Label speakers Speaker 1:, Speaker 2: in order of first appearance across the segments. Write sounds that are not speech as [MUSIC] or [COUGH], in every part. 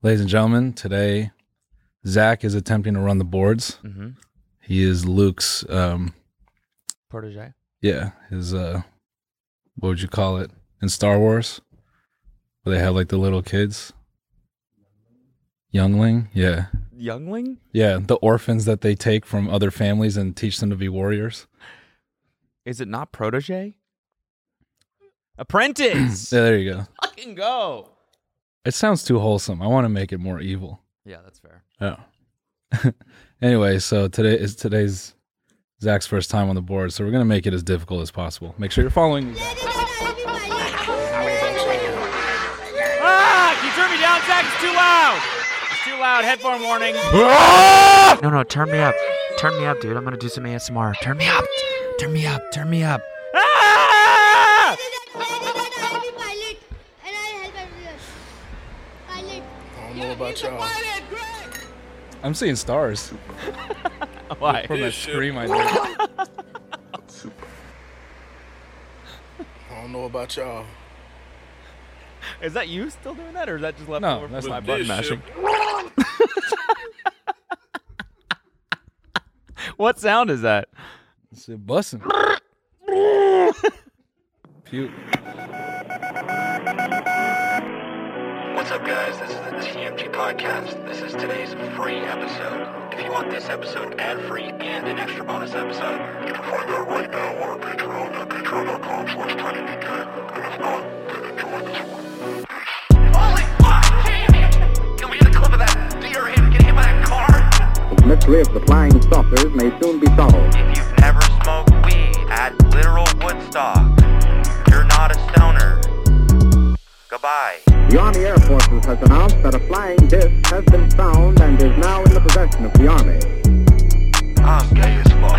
Speaker 1: Ladies and gentlemen, today Zach is attempting to run the boards.
Speaker 2: Mm-hmm.
Speaker 1: He is Luke's, um,
Speaker 2: Protege.
Speaker 1: yeah, his, uh, what would you call it in Star Wars? Where they have like the little kids. Youngling, yeah,
Speaker 2: Youngling?
Speaker 1: yeah, the orphans that they take from other families and teach them to be warriors.
Speaker 2: Is it not protege? Apprentice. [CLEARS THROAT]
Speaker 1: Yeah, there you go.
Speaker 2: Fucking go.
Speaker 1: It sounds too wholesome. I want to make it more evil.
Speaker 2: Yeah, that's fair.
Speaker 1: Oh. [LAUGHS] anyway, so today is today's Zach's first time on the board, so we're gonna make it as difficult as possible. Make sure you're following. these-
Speaker 2: Ah! You turn me down, Zach. It's too loud. It's too loud. Headphone warning. Ah! No, no. Turn me up. Turn me up, dude. I'm gonna do some ASMR. Turn me up. Turn me up. Turn me up. Ah!
Speaker 3: I'm all about y'all.
Speaker 1: I'm seeing stars
Speaker 2: [LAUGHS] Why?
Speaker 1: from that scream I did.
Speaker 3: I don't know about y'all.
Speaker 2: Is that you still doing that, or is that just left
Speaker 1: No,
Speaker 2: over
Speaker 1: that's
Speaker 2: from my
Speaker 1: not-
Speaker 2: button mashing? What sound is that?
Speaker 1: It's a bussing. Puke.
Speaker 4: What's up, guys? This is the CMG Podcast. This is today's free episode. If you want this episode ad-free and an extra bonus episode, you can find that right now on our Patreon at patreon.com slash tinydk. And if not, then enjoy this one. Holy fuck! Jamie! Can we get a clip of that deer him getting hit by a car?
Speaker 5: The mystery of the flying saucers may soon be solved.
Speaker 4: If you've never smoked weed at literal Woodstock, you're not a stoner. Goodbye.
Speaker 5: The Army Air Forces has announced that a flying disc has been found and is now in the possession of the Army.
Speaker 4: I'm gay as fuck.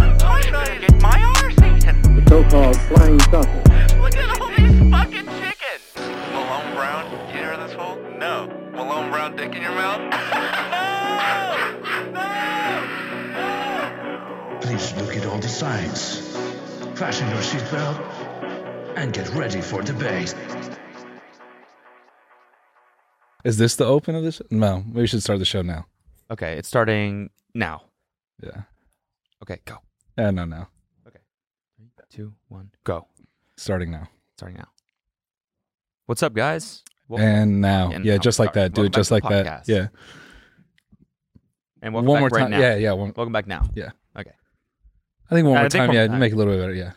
Speaker 4: I'm trying to get my arse eaten.
Speaker 5: The so-called flying saucer.
Speaker 4: Look at all these fucking chickens. Malone Brown, you hear this hole? No. Malone Brown dick in your mouth? [LAUGHS] no! No!
Speaker 6: Please look at all the signs. Fasten your seatbelt and get ready for debate.
Speaker 1: Is this the open of this? No, we should start the show now.
Speaker 2: Okay, it's starting now.
Speaker 1: Yeah.
Speaker 2: Okay, go.
Speaker 1: Yeah, no, no.
Speaker 2: Two, one, go.
Speaker 1: Starting now.
Speaker 2: Starting now. What's up, guys? Welcome,
Speaker 1: And now.
Speaker 2: And
Speaker 1: yeah,
Speaker 2: I'm
Speaker 1: just like
Speaker 2: sorry.
Speaker 1: that, dude.
Speaker 2: Welcome back
Speaker 1: just
Speaker 2: to
Speaker 1: like
Speaker 2: the
Speaker 1: that.
Speaker 2: podcast.
Speaker 1: Yeah.
Speaker 2: and welcome
Speaker 1: one
Speaker 2: back
Speaker 1: more
Speaker 2: right
Speaker 1: time.
Speaker 2: Now.
Speaker 1: Yeah, yeah. One,
Speaker 2: Welcome back now.
Speaker 1: I think one
Speaker 2: I
Speaker 1: more
Speaker 2: think
Speaker 1: time.
Speaker 2: one
Speaker 1: Yeah,
Speaker 2: more time.
Speaker 1: make it a little bit better. Yeah.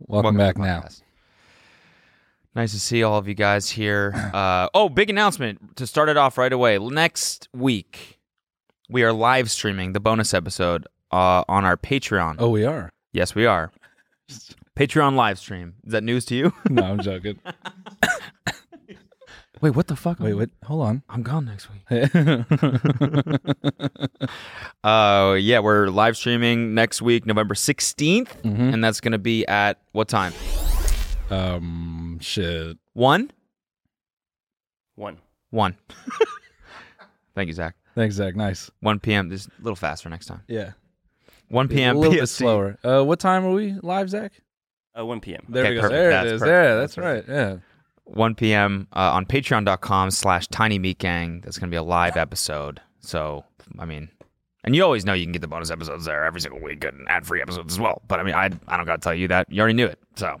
Speaker 1: Welcome, back
Speaker 2: to the
Speaker 1: now.
Speaker 2: podcast. Nice to see all of you
Speaker 1: [CLEARS THROAT]
Speaker 2: guys here. Uh, oh, big announcement to start it off right away. Next week, we are live streaming the bonus episode uh, on our Patreon.
Speaker 1: Oh, we are. [LAUGHS]
Speaker 2: Yes, we are. Patreon live stream. Is that news to you? [LAUGHS]
Speaker 1: No, I'm joking.
Speaker 2: Wait, what the fuck?
Speaker 1: Wait, wait. Hold on.
Speaker 2: I'm gone next week.
Speaker 1: mm-hmm.
Speaker 2: Uh, yeah, we're live streaming next week, November 16th,
Speaker 1: Mm-hmm.
Speaker 2: and that's going to be at what time?
Speaker 1: [LAUGHS] Um, shit.
Speaker 2: One?
Speaker 3: One.
Speaker 2: One. Thank you, Zach.
Speaker 1: Thanks, Zach. Nice.
Speaker 2: 1 p.m. Just a little faster next time.
Speaker 1: Yeah.
Speaker 2: 1 p.m.
Speaker 1: a little bit
Speaker 2: PST.
Speaker 1: slower. Uh, what time are we live, Zach?
Speaker 3: Uh, 1 p.m.
Speaker 1: There
Speaker 2: Okay,
Speaker 1: we go.
Speaker 2: perfect.
Speaker 1: There
Speaker 2: That's
Speaker 1: it is.
Speaker 2: perfect.
Speaker 1: There. That's,
Speaker 2: That's perfect.
Speaker 1: right. Yeah.
Speaker 2: 1 p.m. Uh, on patreon.com slash tiny meat gang. That's going to be a live episode. So, I mean, and you always know you can get the bonus episodes there every single week and ad free episodes as well. But I mean, I, I don't got to tell you that. You already knew it. So, Oh,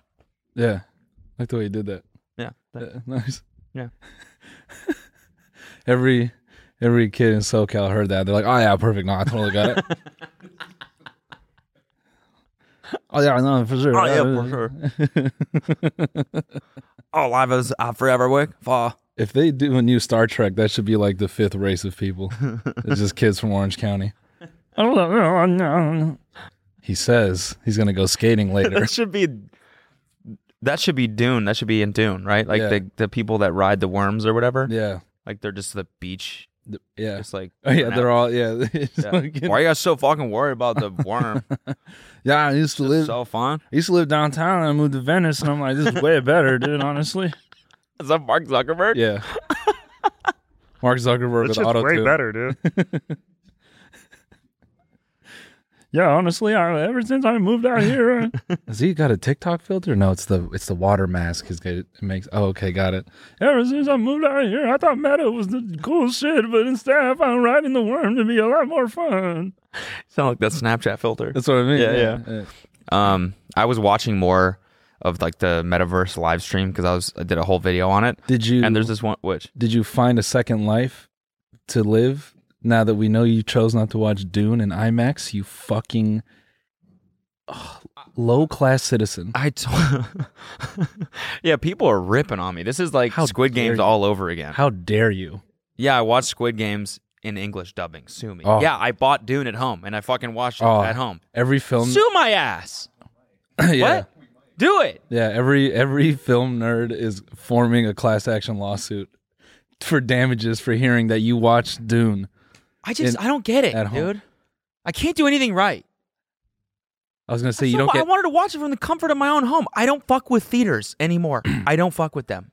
Speaker 1: Yeah. Like the way you did that.
Speaker 2: yeah.
Speaker 1: Yeah, [LAUGHS] nice.
Speaker 2: Yeah.
Speaker 1: every every kid in SoCal heard that. They're like, "Oh yeah, perfect. No, I totally got it." oh yeah, no, for sure.
Speaker 2: Oh, yeah, for
Speaker 1: [LAUGHS]
Speaker 2: Oh, live is uh, forever week. For
Speaker 1: If they do a new Star Trek, that should be like the fifth race of
Speaker 2: [LAUGHS]
Speaker 1: people. it's just kids from Orange County. he says he's gonna go skating later.
Speaker 2: [LAUGHS] that should be that should be Dune. That should be in Dune, right? Like
Speaker 1: Yeah.
Speaker 2: the the people that ride the worms or whatever.
Speaker 1: yeah,
Speaker 2: Like they're just the beach.
Speaker 1: Th- yeah,
Speaker 2: Just like
Speaker 1: oh, yeah.
Speaker 2: burnout.
Speaker 1: They're all yeah. [LAUGHS] It's
Speaker 2: Yeah.
Speaker 1: fucking-
Speaker 2: Why are you guys so fucking worried
Speaker 1: [LAUGHS]
Speaker 2: about the worm?
Speaker 1: yeah, I used to live.
Speaker 2: so fun.
Speaker 1: I used to live downtown. and I moved to Venice, and I'm like, this is way better, dude. Honestly.
Speaker 2: Is that Mark Zuckerberg?
Speaker 1: Yeah. Mark Zuckerberg with auto way better, dude. [LAUGHS] yeah, honestly, I, ever since I moved out here, uh,
Speaker 2: [LAUGHS]
Speaker 1: has he got a TikTok filter? No, it's the it's the water mask. He's got, it makes. Oh, okay, got it. Ever since I moved out here, I thought metal was the cool shit, but instead, I found riding the worm to be a lot more fun.
Speaker 2: Sound like that Snapchat filter.
Speaker 1: That's what I mean.
Speaker 2: Yeah, Um, I was watching more of like the metaverse live stream because I was I did a whole video on it.
Speaker 1: Did you?
Speaker 2: And there's this one which
Speaker 1: did you find a second life to live now that we know you chose not to watch Dune in IMAX? You fucking low class citizen.
Speaker 2: I told. [LAUGHS] yeah, people are ripping on me. This is like
Speaker 1: How
Speaker 2: Squid
Speaker 1: dare
Speaker 2: Games
Speaker 1: you.
Speaker 2: all over again.
Speaker 1: How dare you?
Speaker 2: yeah, I watched Squid Games in English dubbing. Sue me.
Speaker 1: Oh.
Speaker 2: Yeah, I bought Dune at home and I fucking watched it
Speaker 1: Oh.
Speaker 2: at home.
Speaker 1: Every film,
Speaker 2: Sue my ass.
Speaker 1: [LAUGHS] yeah,
Speaker 2: What? Do it.
Speaker 1: yeah. Every every film nerd is forming a class action lawsuit for damages for hearing that you watched Dune.
Speaker 2: I just
Speaker 1: In-
Speaker 2: I don't get it,
Speaker 1: at home.
Speaker 2: dude. I can't do anything right.
Speaker 1: I was gonna say you
Speaker 2: So
Speaker 1: don't
Speaker 2: I
Speaker 1: get.
Speaker 2: wanted to watch it from the comfort of my own home. I don't fuck with theaters
Speaker 1: [CLEARS THROAT]
Speaker 2: anymore. I don't fuck with them.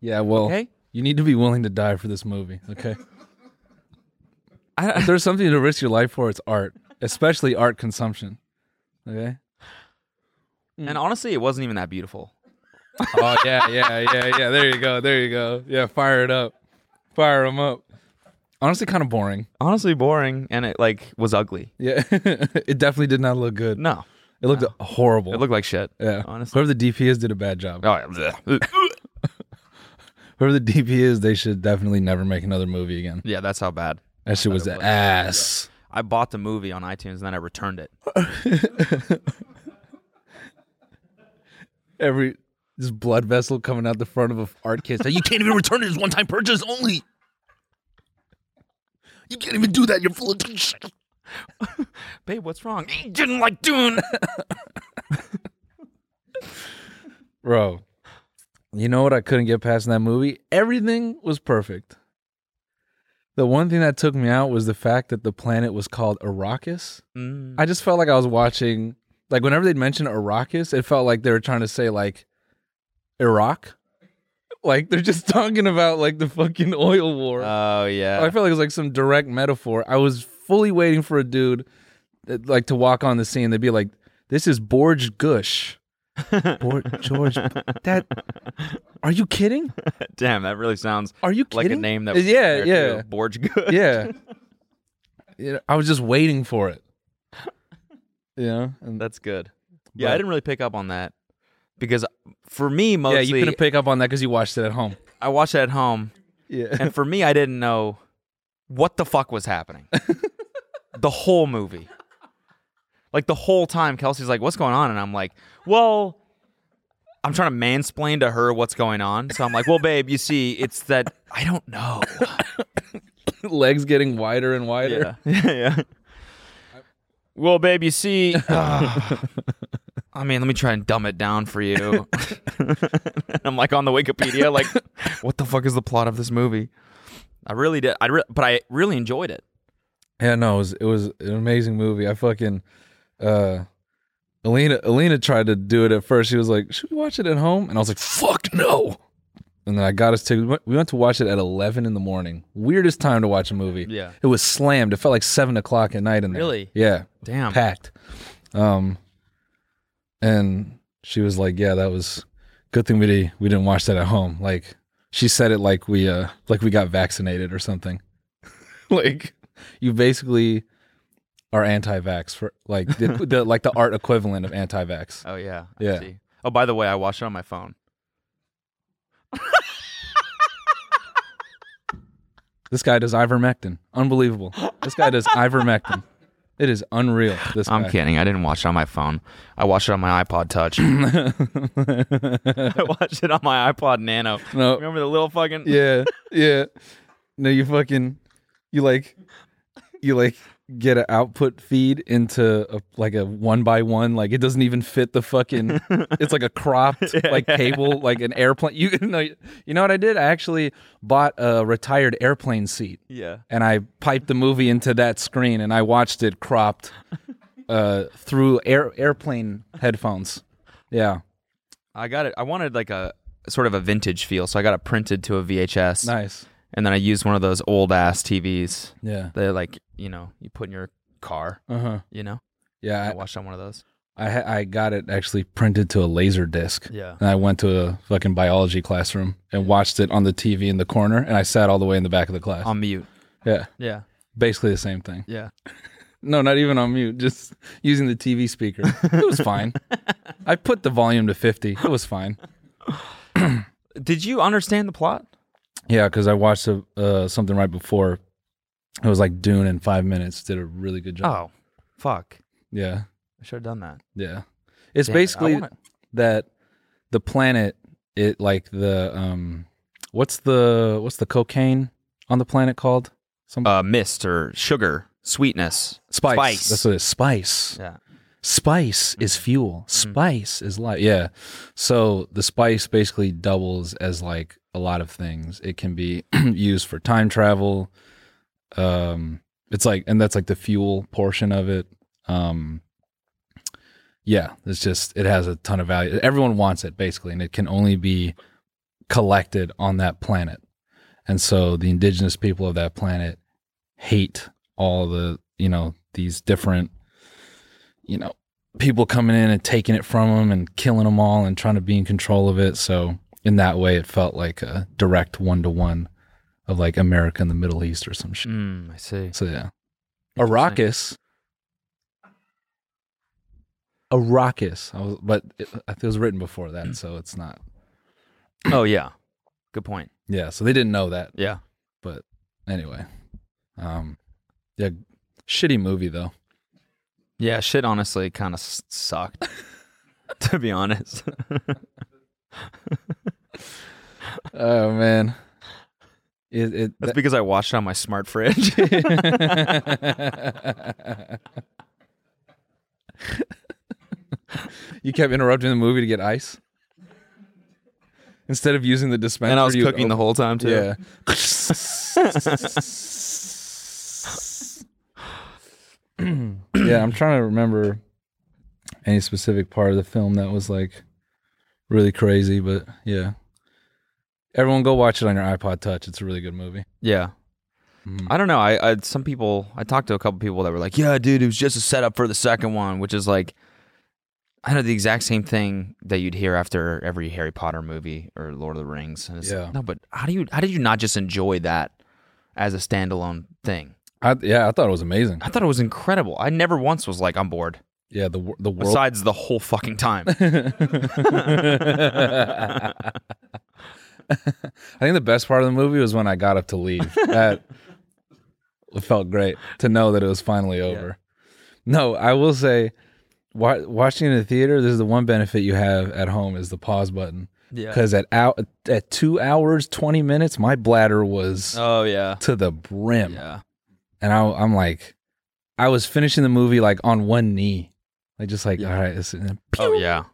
Speaker 1: yeah, well,
Speaker 2: Okay.
Speaker 1: you need to be willing to die for this movie. [LAUGHS] Okay, if
Speaker 2: I,
Speaker 1: there's something to risk your life for, it's art, especially art consumption. Okay. Mm.
Speaker 2: and honestly, it wasn't even that beautiful.
Speaker 1: Oh yeah, yeah, yeah, yeah. There you go. There you go. Yeah, fire it up. Fire them up. Honestly, kind of boring.
Speaker 2: Honestly, boring, and it like was ugly.
Speaker 1: Yeah, [LAUGHS] it definitely did not look good.
Speaker 2: No,
Speaker 1: It looked horrible.
Speaker 2: it looked like shit.
Speaker 1: yeah.
Speaker 2: honestly.
Speaker 1: Whoever the DP is did a bad job.
Speaker 2: Oh, yeah. bleh. [LAUGHS]
Speaker 1: Whoever the DP is, they should definitely never make another movie again.
Speaker 2: yeah, that's how bad.
Speaker 1: That shit was ass.
Speaker 2: I bought the movie on iTunes and then I returned
Speaker 1: [GASPS]
Speaker 2: it.
Speaker 1: Every this blood vessel coming out the front of an art [LAUGHS] kit. saying, You can't even return it. It's one time purchase only. You can't even do that. You're full of shit.
Speaker 2: Babe, what's wrong? He didn't like Dune.
Speaker 1: Bro, you know what I couldn't get past in that movie? Everything was perfect. The one thing that took me out was the fact that the planet was called Arrakis.
Speaker 2: Mm.
Speaker 1: I just felt like I was watching, like, whenever they'd mention Arrakis, it felt like they were trying to say, like, Iraq. Like, they're just [LAUGHS] talking about, like, the fucking oil war.
Speaker 2: Oh
Speaker 1: I
Speaker 2: yeah.
Speaker 1: felt like it was like some direct metaphor. I was fully waiting for a dude, that, like, to walk on the scene. They'd be like, this is Borge
Speaker 2: [LAUGHS]
Speaker 1: Gush. Borg, George, that are you kidding?
Speaker 2: [LAUGHS] Damn, that really sounds
Speaker 1: Are you
Speaker 2: like
Speaker 1: kidding?
Speaker 2: a name that.
Speaker 1: yeah,
Speaker 2: there,
Speaker 1: yeah,
Speaker 2: too. Borge [LAUGHS] Good.
Speaker 1: yeah. Yeah, I was just waiting for it. Yeah, and
Speaker 2: That's good. Yeah, I
Speaker 1: But-
Speaker 2: didn't really pick up on that because for me
Speaker 1: yeah,
Speaker 2: mostly
Speaker 1: you couldn't pick up on that because you watched it at home.
Speaker 2: I watched it at home,
Speaker 1: Yeah,
Speaker 2: and for me I didn't know what the fuck was happening. the whole movie, like the whole time, Kelsey's like, "What's going on?" and I'm like, "Well." I'm trying to mansplain to her what's going on. So I'm like, well, babe, you see, it's that I don't know.
Speaker 1: [LAUGHS] legs getting wider and [LAUGHS] wider.
Speaker 2: Yeah, yeah. Well, babe,
Speaker 1: [LAUGHS]
Speaker 2: you see, uh, I mean, let me try and dumb it down
Speaker 1: [LAUGHS]
Speaker 2: for you. I'm like on the Wikipedia, like, what the fuck is the plot of this movie? I really did, I re- but I really enjoyed it.
Speaker 1: Yeah, no, it was it was an amazing movie. I fucking, uh, Alina Alina tried to do it at first. She was like, "Should we watch it at home?" And I was like, "Fuck no." And then I got us tickets. We went- We went to watch it at eleven in the morning. Weirdest time to watch a movie.
Speaker 2: Yeah.
Speaker 1: It was slammed. It felt like seven o'clock at night in there.
Speaker 2: Really?
Speaker 1: Yeah.
Speaker 2: Damn.
Speaker 1: Packed. Um and she was like, Yeah, that was good thing we did we didn't watch that at home. Like she said it like we uh like we got vaccinated or something. like you basically are anti vax for like [LAUGHS] the, the like the art equivalent of anti vax.
Speaker 2: Oh, yeah. I
Speaker 1: Yeah.
Speaker 2: see. Oh, by the way, I watched it on my phone.
Speaker 1: This guy does ivermectin. Unbelievable. This guy [LAUGHS] does ivermectin. It is unreal. This
Speaker 2: I'm
Speaker 1: guy.
Speaker 2: kidding. I didn't watch it on my phone. I watched it on my
Speaker 1: [LAUGHS]
Speaker 2: iPod Touch. [LAUGHS] I watched it on my iPod Nano.
Speaker 1: No.
Speaker 2: Remember the little fucking.
Speaker 1: Yeah, yeah. No, you fucking, you like, you like get an output feed into a, like a one by one. Like it doesn't even fit the fucking. It's like a
Speaker 2: [LAUGHS]
Speaker 1: cropped like cable, like an airplane. You [LAUGHS] know, you know what I did? I actually bought a retired airplane seat
Speaker 2: Yeah.
Speaker 1: and I piped the movie into that screen and I watched it cropped uh through air airplane headphones. Yeah,
Speaker 2: I got it. I wanted like a sort of a vintage feel, so I got it printed to a VHS,
Speaker 1: nice.
Speaker 2: and then I used one of those old ass TVs
Speaker 1: Yeah.
Speaker 2: that like you know you put in your car,
Speaker 1: Uh huh.
Speaker 2: you know.
Speaker 1: Yeah,
Speaker 2: I
Speaker 1: I-
Speaker 2: watched on one of those.
Speaker 1: I ha- I got it actually printed to a laser disc.
Speaker 2: Yeah.
Speaker 1: And I went to a fucking biology classroom and watched it on the TV in the corner and I sat all the way in the back of the class.
Speaker 2: On mute.
Speaker 1: yeah.
Speaker 2: Yeah.
Speaker 1: Basically the same thing.
Speaker 2: Yeah.
Speaker 1: No, not even on mute, just [LAUGHS] using the TV speaker. It was fine. I put the volume to 50. It was fine.
Speaker 2: Did you understand the plot?
Speaker 1: Yeah, cuz I watched a, uh, something right before. It was like Dune in 5 minutes did a really good job.
Speaker 2: Oh, fuck.
Speaker 1: Yeah.
Speaker 2: I should have done that.
Speaker 1: Yeah. It's
Speaker 2: Damn it, I
Speaker 1: basically
Speaker 2: wanna-
Speaker 1: that the planet it like the um what's the what's the cocaine on the planet called? Some
Speaker 7: Uh, mist or sugar, sweetness,
Speaker 1: spice.
Speaker 7: spice.
Speaker 1: That's what it is. Spice.
Speaker 2: Yeah. Mm-hmm.
Speaker 1: Spice is fuel. Spice is life. Yeah. So the spice basically doubles as like a lot of things. It can be [CLEARS THROAT] used for time travel. Um it's like and that's like the fuel portion of it. Um yeah, it's just it has a ton of value. Everyone wants it basically and it can only be collected on that planet. And so the indigenous people of that planet hate all the, you know, these different you know, people coming in and taking it from them and killing them all and trying to be in control of it. So in that way, it felt like a direct one to one of like America and the Middle East or some shit.
Speaker 2: Mm, I see.
Speaker 1: So yeah, Arrakis. Arrakis. I was, but it, it was written before that, so it's not.
Speaker 2: oh yeah. Good point.
Speaker 1: Yeah, so they didn't know that.
Speaker 2: Yeah.
Speaker 1: But anyway, um, yeah, shitty movie though.
Speaker 2: Yeah. Shit. Honestly, kind of sucked. [LAUGHS] to be honest.
Speaker 1: Oh man, it it
Speaker 2: That's because I watched it on my smart fridge.
Speaker 1: you kept interrupting the movie to get ice instead of using the dispenser.
Speaker 2: and I was
Speaker 1: you would
Speaker 2: cooking the whole time too.
Speaker 1: Yeah. yeah, I'm trying to remember any specific part of the film that was like really crazy, but yeah. Everyone go watch it on your iPod Touch. It's a really good movie.
Speaker 2: Yeah.
Speaker 1: Hmm.
Speaker 2: I don't know. I, I some people I talked to a couple people that were like, "Yeah, dude, it was just a setup for the second one," which is like I know the exact same thing that you'd hear after every Harry Potter movie or Lord of the Rings. And it's like,
Speaker 1: Yeah.
Speaker 2: no, but how do you how did you not just enjoy that as a standalone thing?
Speaker 1: I, yeah, I thought it was amazing.
Speaker 2: I thought it was incredible. I never once was like, "I'm bored."
Speaker 1: Yeah, the wor- the world
Speaker 2: Besides the whole
Speaker 1: [LAUGHS]
Speaker 2: fucking time.
Speaker 1: I think the best part of the movie was when I got up to
Speaker 2: [LAUGHS]
Speaker 1: leave. That it felt great to know that it was finally over. No, I will say, wa- watching in the theater, this is the one benefit you have at home is the pause button.
Speaker 2: Yeah.
Speaker 1: Because at out at two hours twenty minutes, my bladder was
Speaker 2: oh yeah.
Speaker 1: to the brim,
Speaker 2: Yeah.
Speaker 1: and I, I'm like, I was finishing the movie like on one knee, like just like
Speaker 2: Yeah.
Speaker 1: all right, this is,
Speaker 2: Oh yeah.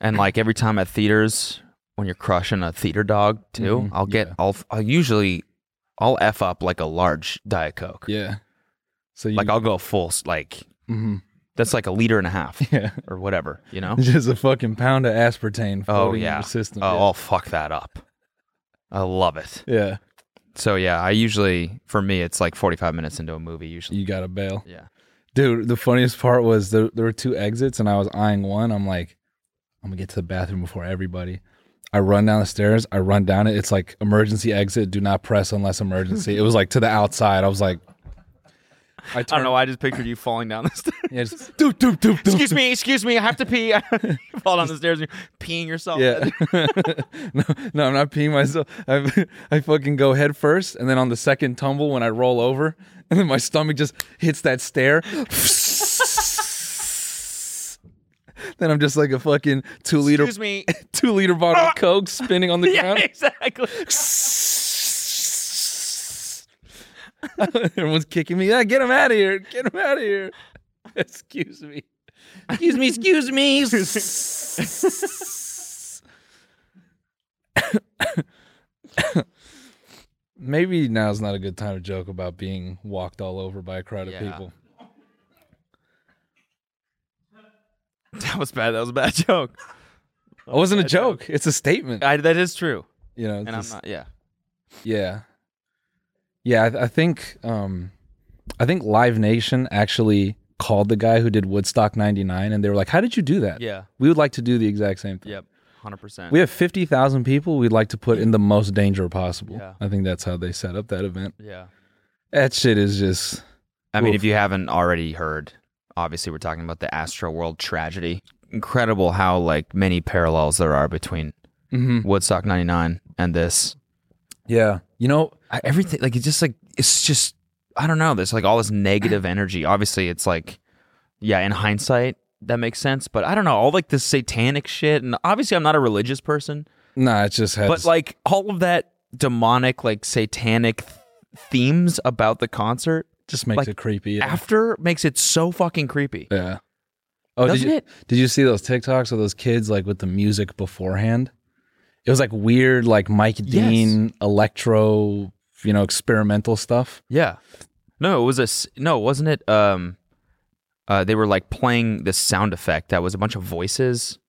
Speaker 2: And like every time at theaters, when you're crushing a theater dog too,
Speaker 1: Mhm,
Speaker 2: I'll get I'll I'll usually I'll f up like a large diet coke.
Speaker 1: yeah. So you
Speaker 2: Like I'll go full s- like Mm-hmm.
Speaker 1: Mhm.
Speaker 2: that's like a liter and a [LAUGHS] half
Speaker 1: [LAUGHS] yeah.
Speaker 2: or whatever, you know.
Speaker 1: Just a fucking pound of aspartame floating
Speaker 2: Oh yeah.
Speaker 1: in your system.
Speaker 2: Oh,
Speaker 1: yeah.
Speaker 2: I'll fuck that up. I love it.
Speaker 1: Yeah.
Speaker 2: So yeah, I usually for me it's like 45 minutes into a movie usually.
Speaker 1: You gotta bail.
Speaker 2: Yeah.
Speaker 1: Dude, the funniest part was there, there were two exits and I was eyeing one. I'm like, I'm gonna get to the bathroom before everybody. I run down the stairs. I run down it. It's like emergency exit. Do not press unless emergency. it was like to the outside. I was like, I,
Speaker 2: I
Speaker 1: turned,
Speaker 2: don't know. I just pictured you falling down the stairs.
Speaker 1: [LAUGHS] Yeah, just, doop, doop, doop, doop.
Speaker 2: [LAUGHS] excuse me, excuse me. I have to pee. [LAUGHS] you fall down the stairs, and you're peeing yourself. [LAUGHS]
Speaker 1: Yeah. [LAUGHS] no, no, I'm not peeing myself. [LAUGHS] I, I fucking go head first, and then on the second tumble, when I roll over, [LAUGHS] and then my stomach just hits that stair. [LAUGHS] then I'm just like a fucking two liter,
Speaker 2: Excuse me.
Speaker 1: two liter bottle of Coke spinning
Speaker 2: [LAUGHS]
Speaker 1: on the ground.
Speaker 2: Uh, exactly.
Speaker 1: [LAUGHS] Everyone's kicking me. Yeah, get him out of here. Get him out of here. [LAUGHS] Excuse me. Excuse me. Excuse me. [LAUGHS] Maybe now's not a good time to joke about being walked all over by a crowd of
Speaker 2: Yeah.
Speaker 1: people.
Speaker 2: [LAUGHS] That was bad. That was a bad joke.
Speaker 1: It wasn't a joke. It's a statement.
Speaker 2: I, that is true.
Speaker 1: You know, it's
Speaker 2: Uh, And
Speaker 1: just-
Speaker 2: I'm not. Yeah.
Speaker 1: Yeah. Yeah, I, I think um I think Live Nation actually called the guy who did Woodstock 99 and they were like, How did you do that?
Speaker 2: Yeah.
Speaker 1: We would like to do the exact same thing.
Speaker 2: Yep. Hundred percent.
Speaker 1: We have 50,000 people we'd like to put in the most danger possible.
Speaker 2: Yeah.
Speaker 1: I think that's how they set up that event.
Speaker 2: Yeah.
Speaker 1: That shit is just,
Speaker 2: I mean,
Speaker 1: Oof.
Speaker 2: if you haven't already heard, obviously we're talking about the Astro World tragedy. Incredible how like many parallels there are between
Speaker 1: Mhm.
Speaker 2: Woodstock '99 and this.
Speaker 1: yeah. You know,
Speaker 2: I, everything like it's just like it's just I don't know. There's like all this negative energy. Obviously, it's like yeah. In hindsight, that makes sense. But I don't know. All like this satanic shit, and obviously, I'm not a religious person.
Speaker 1: nah, it just has.
Speaker 2: But like all of that demonic, like satanic th- themes about the concert
Speaker 1: just makes
Speaker 2: like,
Speaker 1: it creepy. Yeah.
Speaker 2: after makes it so fucking creepy.
Speaker 1: Yeah. Oh, did
Speaker 2: Doesn't
Speaker 1: you,
Speaker 2: it?
Speaker 1: did you see those TikToks of those kids like with the music beforehand? It was like weird, like Mike
Speaker 2: Yes.
Speaker 1: Dean electro, you know, experimental stuff.
Speaker 2: Yeah. No, it was a s- no, wasn't it? Um, uh, they were like playing this sound effect that was a bunch of voices,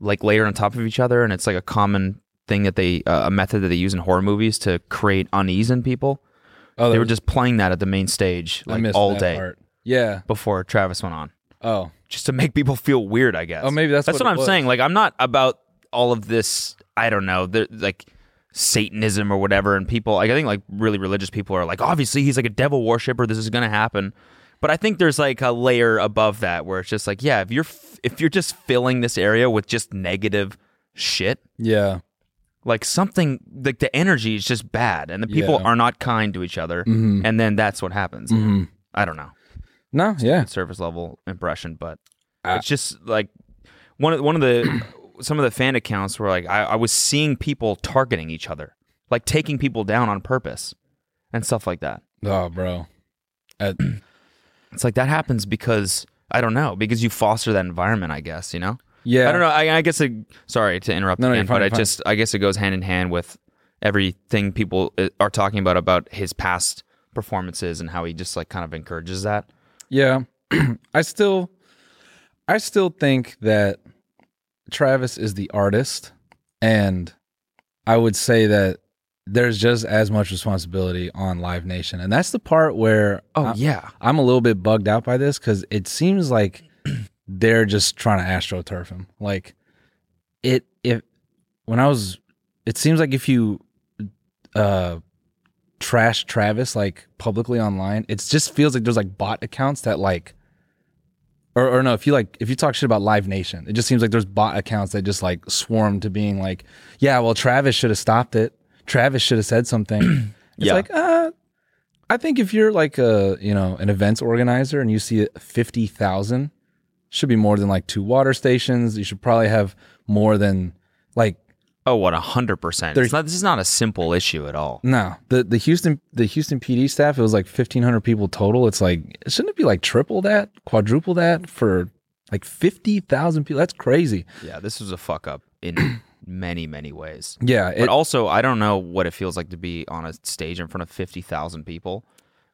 Speaker 2: like layered on top of each other, and it's like a common thing that they uh, a method that they use in horror movies to create unease in people.
Speaker 1: Oh,
Speaker 2: they
Speaker 1: that
Speaker 2: were
Speaker 1: was-
Speaker 2: just playing that at the main stage
Speaker 1: I
Speaker 2: like
Speaker 1: missed
Speaker 2: all
Speaker 1: that
Speaker 2: day
Speaker 1: part. Yeah.
Speaker 2: before Travis went on,
Speaker 1: Oh,
Speaker 2: just to make people feel weird. I guess.
Speaker 1: Oh, maybe that's
Speaker 2: that's
Speaker 1: what
Speaker 2: what,
Speaker 1: it
Speaker 2: I'm
Speaker 1: was.
Speaker 2: saying. Like, I'm not about all of this. I don't know. the- Like. Satanism or whatever, and people like I think like really religious people are like, obviously he's like a devil worshipper. This is gonna happen, but I think there's like a layer above that where it's just like, yeah, if you're f- if you're just filling this area with just negative shit,
Speaker 1: yeah.
Speaker 2: like something like the energy is just bad, and the people
Speaker 1: Yeah. Mm-hmm.
Speaker 2: are not kind to each other, and then that's what happens. I don't know
Speaker 1: No, yeah.
Speaker 2: surface level impression, but it's just like one of one
Speaker 1: [CLEARS THROAT]
Speaker 2: of the some of the fan accounts were like I, I was seeing people targeting each other, like taking people down on purpose and stuff like that.
Speaker 1: Oh, bro. At-
Speaker 2: It's like that happens because I don't know because you foster that environment, I guess you know.
Speaker 1: yeah.
Speaker 2: I don't know. I, I guess it, sorry to interrupt,
Speaker 1: No, no,
Speaker 2: again,
Speaker 1: you're fine,
Speaker 2: but I
Speaker 1: you're fine.
Speaker 2: just I guess it goes hand in hand with everything people uh, are talking about about his past performances and how he just like kind of encourages that.
Speaker 1: Yeah. [CLEARS THROAT] I still I still think that Travis is the artist and I would say that there's just as much responsibility on Live Nation. And that's the part where I'm,
Speaker 2: yeah,
Speaker 1: I'm a little bit bugged out by this cuz it seems like [CLEARS THROAT] they're just trying to astroturf him. Like it if when I was it seems like if you uh trash Travis like publicly online, it just feels like there's like bot accounts that like or, or no, if you like if you talk shit about Live Nation, it just seems like there's bot accounts that just like swarm to being like, yeah, well Travis should have stopped it. Travis should have said something. [CLEARS THROAT] it's
Speaker 2: Yeah.
Speaker 1: like, uh I think if you're like a, you know, an events organizer and you see 50,000 should be more than like two water stations. You should probably have more than like
Speaker 2: Oh, what a hundred percent!
Speaker 1: There's-
Speaker 2: It's not- This is not a simple issue at all.
Speaker 1: No, the the Houston the Houston PD staff it was like fifteen hundred people total. It's like shouldn't it be like triple that, quadruple that for like fifty thousand people? That's crazy.
Speaker 2: Yeah, this was a fuck up in many, many ways.
Speaker 1: Yeah,
Speaker 2: But
Speaker 1: it,
Speaker 2: also, I don't know what it feels like to be on a stage in front of fifty thousand people,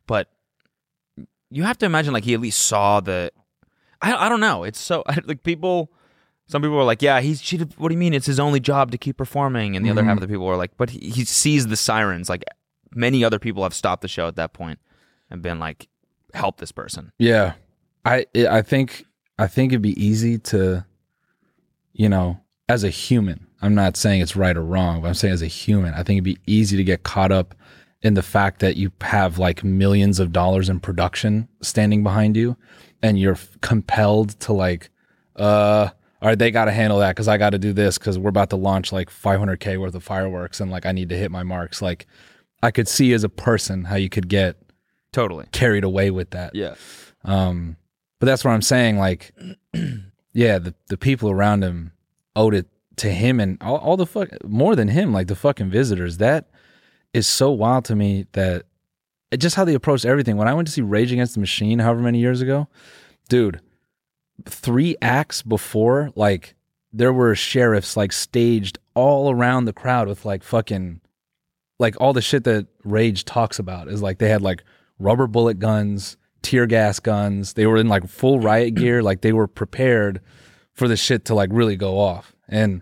Speaker 2: but you have to imagine like he at least saw the. I I don't know. It's so [LAUGHS] like people. Some people are like, "Yeah, he's. She, what do you mean? It's his only job to keep performing." And the other half of the people are like, "But he, he sees the sirens. Like many other people have stopped the show at that point and been like, help this person.'
Speaker 1: yeah, I it, I think I think it'd be easy to, you know, as a human. I'm not saying it's right or wrong, but I'm saying as a human, I think it'd be easy to get caught up in the fact that you have like millions of dollars in production standing behind you, and you're f- compelled to like uh all right they got to handle that because i got to do this because we're about to launch like 500k worth of fireworks and like i need to hit my marks like i could see as a person how you could get
Speaker 2: Totally.
Speaker 1: carried away with that
Speaker 2: Yeah.
Speaker 1: um but that's what i'm saying like [CLEARS THROAT] yeah the, the people around him owed it to him and all, all the fuck more than him like the fucking visitors that is so wild to me that it- just how they approached everything when i went to see rage against the machine however many years ago dude three acts before like there were sheriffs like staged all around the crowd with like fucking like all the shit that rage talks about is like they had like rubber bullet guns tear gas guns they were in like full riot gear like they were prepared for the shit to like really go off and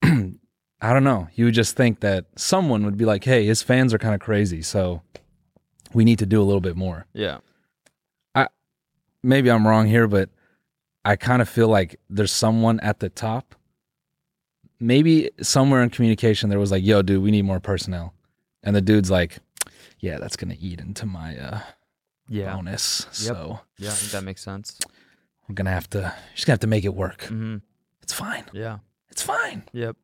Speaker 1: [CLEARS THROAT] i don't know you would just think that someone would be like hey his fans are kind of crazy so we need to do a little bit more
Speaker 2: Yeah.
Speaker 1: maybe I'm wrong here, but I kind of feel like there's someone at the top. Maybe somewhere in communication there was like, "Yo, dude, we need more personnel," and the dude's like, "Yeah, that's gonna eat into my uh,
Speaker 2: Yeah.
Speaker 1: bonus, so
Speaker 2: Yeah, I think that makes sense.
Speaker 1: I'm gonna have to. She's gonna have to make it work.
Speaker 2: Mm-hmm.
Speaker 1: It's fine.
Speaker 2: Yeah.
Speaker 1: It's fine." [LAUGHS]
Speaker 2: Yep.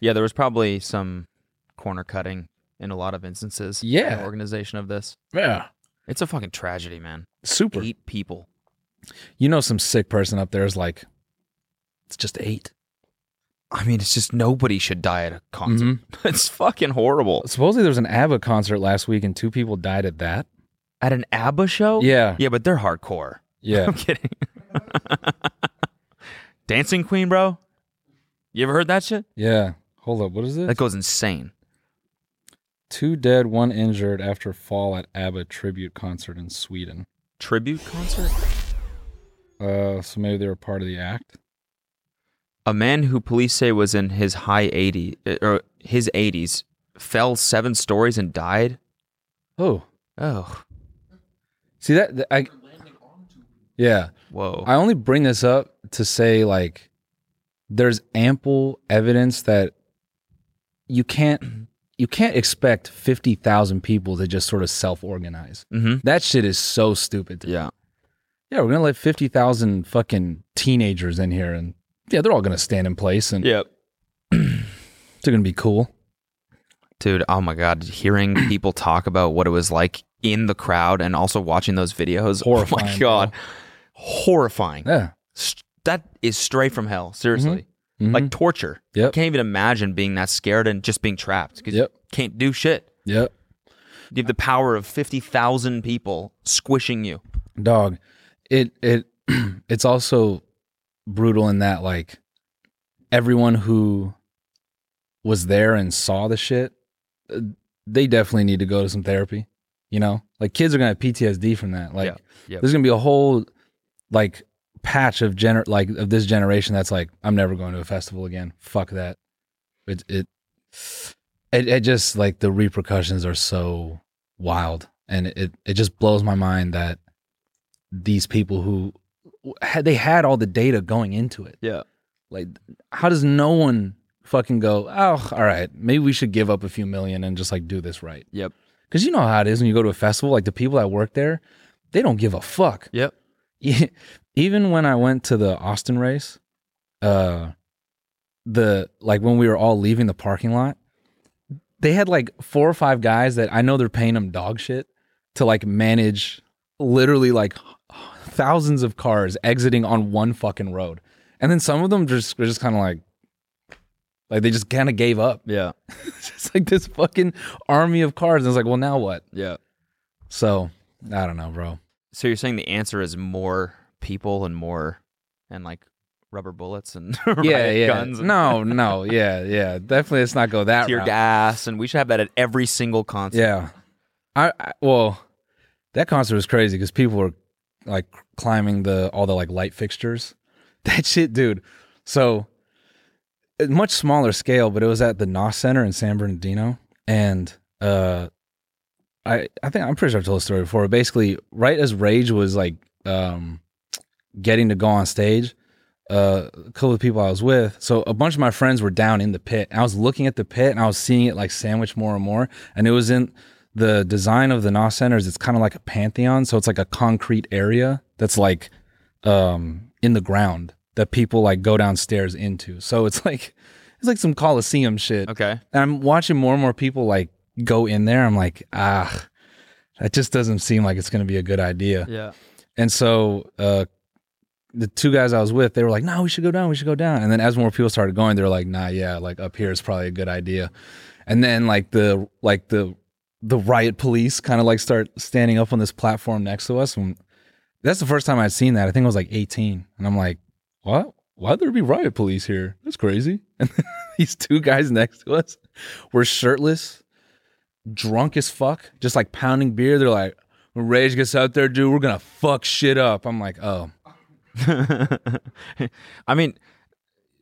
Speaker 2: yeah, there was probably some corner cutting in a lot of instances. in the
Speaker 1: Yeah.
Speaker 2: organization of this.
Speaker 1: Yeah,
Speaker 2: It's a fucking tragedy, man.
Speaker 1: super.
Speaker 2: Eight people.
Speaker 1: You know, some sick person up there is like, "It's just eight.
Speaker 2: I mean, it's just nobody should die at a concert.
Speaker 1: Mm-hmm.
Speaker 2: [LAUGHS] It's fucking horrible.
Speaker 1: Supposedly there was an ABBA concert last week and two people died at that.
Speaker 2: At an ABBA show?
Speaker 1: Yeah.
Speaker 2: Yeah, but they're hardcore. [LAUGHS]
Speaker 1: Yeah. [LAUGHS]
Speaker 2: I'm kidding. Dancing Queen, bro. You ever heard that shit?
Speaker 1: Yeah. Hold up. What is this?
Speaker 2: That goes insane.
Speaker 1: Two dead, one injured after fall at ABBA tribute concert in Sweden.
Speaker 2: Tribute concert?
Speaker 1: Uh, so maybe they were part of the act.
Speaker 2: A man who police say was in his high 80 uh, or his 80s fell 7 stories and died.
Speaker 1: Oh,
Speaker 2: Oh,
Speaker 1: see that? th- I, yeah.
Speaker 2: whoa.
Speaker 1: I only bring this up to say like, there's ample evidence that you can't you can't expect fifty thousand people to just sort of self organize.
Speaker 2: mhm.
Speaker 1: That shit is so stupid. to me.
Speaker 2: Yeah.
Speaker 1: Yeah, we're gonna let fifty thousand fucking teenagers in here, and yeah, they're all gonna stand in place, and
Speaker 2: Yep.
Speaker 1: they're gonna be cool.
Speaker 2: Dude, oh my
Speaker 1: [CLEARS THROAT]
Speaker 2: god, hearing people talk about what it was like in the crowd and also watching those videos. Oh my
Speaker 1: Horrifying,
Speaker 2: god. Horrifying.
Speaker 1: Yeah.
Speaker 2: St- That is straight from hell, seriously.
Speaker 1: Mhm.
Speaker 2: Like torture. I
Speaker 1: Yep.
Speaker 2: can't even imagine being that scared and just being trapped 'cause
Speaker 1: Yep.
Speaker 2: you can't do shit.
Speaker 1: Yep.
Speaker 2: You have the power of 50,000 people squishing you.
Speaker 1: dog it it [CLEARS THROAT] it's also brutal in that like everyone who was there and saw the shit uh, they definitely need to go to some therapy you know like kids are gonna have ptsd from that like
Speaker 2: Yeah, yeah.
Speaker 1: there's gonna be a whole like patch of gener like of this generation that's like i'm never going to a festival again fuck that it it it, it just like the repercussions are so wild and it it just blows my mind that these people who had they had all the data going into it.
Speaker 2: Yeah.
Speaker 1: Like how does no one fucking go, "Oh, all right, maybe we should give up a few million and just like do this right."
Speaker 2: Yep.
Speaker 1: Cuz you know how it is when you go to a festival, like the people that work there, they don't give a fuck. E-,
Speaker 2: Yep.
Speaker 1: Even when I went to the Austin race, uh the like when we were all leaving the parking lot, they had like four or five guys that I know they're paying them dog shit to like manage literally like thousands of cars exiting on one fucking road. And then some of them just were just kind of like like they just kind of gave up.
Speaker 2: Yeah.
Speaker 1: It's [LAUGHS] just like this fucking army of cars. And it's like, well now what?
Speaker 2: Yeah.
Speaker 1: So I don't know, bro.
Speaker 2: So you're saying the answer is more people and more and like rubber bullets and [LAUGHS]
Speaker 1: Yeah,
Speaker 2: riot
Speaker 1: yeah.
Speaker 2: guns and
Speaker 1: No,
Speaker 2: [LAUGHS]
Speaker 1: no, yeah, yeah. Definitely let's not go that
Speaker 2: tear
Speaker 1: route.
Speaker 2: gas and we should have that at every single concert.
Speaker 1: Yeah. I, I well, that concert was crazy because people were like climbing the all the like light fixtures. [LAUGHS] That shit, dude. So a much smaller scale, but it was at the NOS Center in San Bernardino. And uh I I think I'm pretty sure I've told this story before. but Basically, right as Rage was like um getting to go on stage, uh, a couple of people I was with. So a bunch of my friends were down in the pit. I was looking at the pit and I was seeing it like sandwich more and more. And it was in the design of the NOS centers. It's kind of like a pantheon. So it's like a concrete area that's like um, in the ground that people like go downstairs into. So it's like it's like some coliseum shit.
Speaker 2: Okay.
Speaker 1: And I'm watching more and more people like go in there. I'm like, ah, that just doesn't seem like it's going to be a good idea.
Speaker 2: Yeah.
Speaker 1: And so uh, the two guys I was with, they were like, "No, we should go down. We should go down." And then as more people started going, they were like, "Nah, yeah, like up here is probably a good idea." And then like the like the the riot police kind of like start standing up on this platform next to us. And that's the first time I'd seen that. I think I was like 18, and I'm like, "What? Why'd there be riot police here? That's crazy." [LAUGHS] And these two guys next to us were shirtless, drunk as fuck, just like pounding beer. They're like, when Rage gets out there, dude, we're gonna fuck shit up. I'm like, oh,
Speaker 2: [LAUGHS] I mean,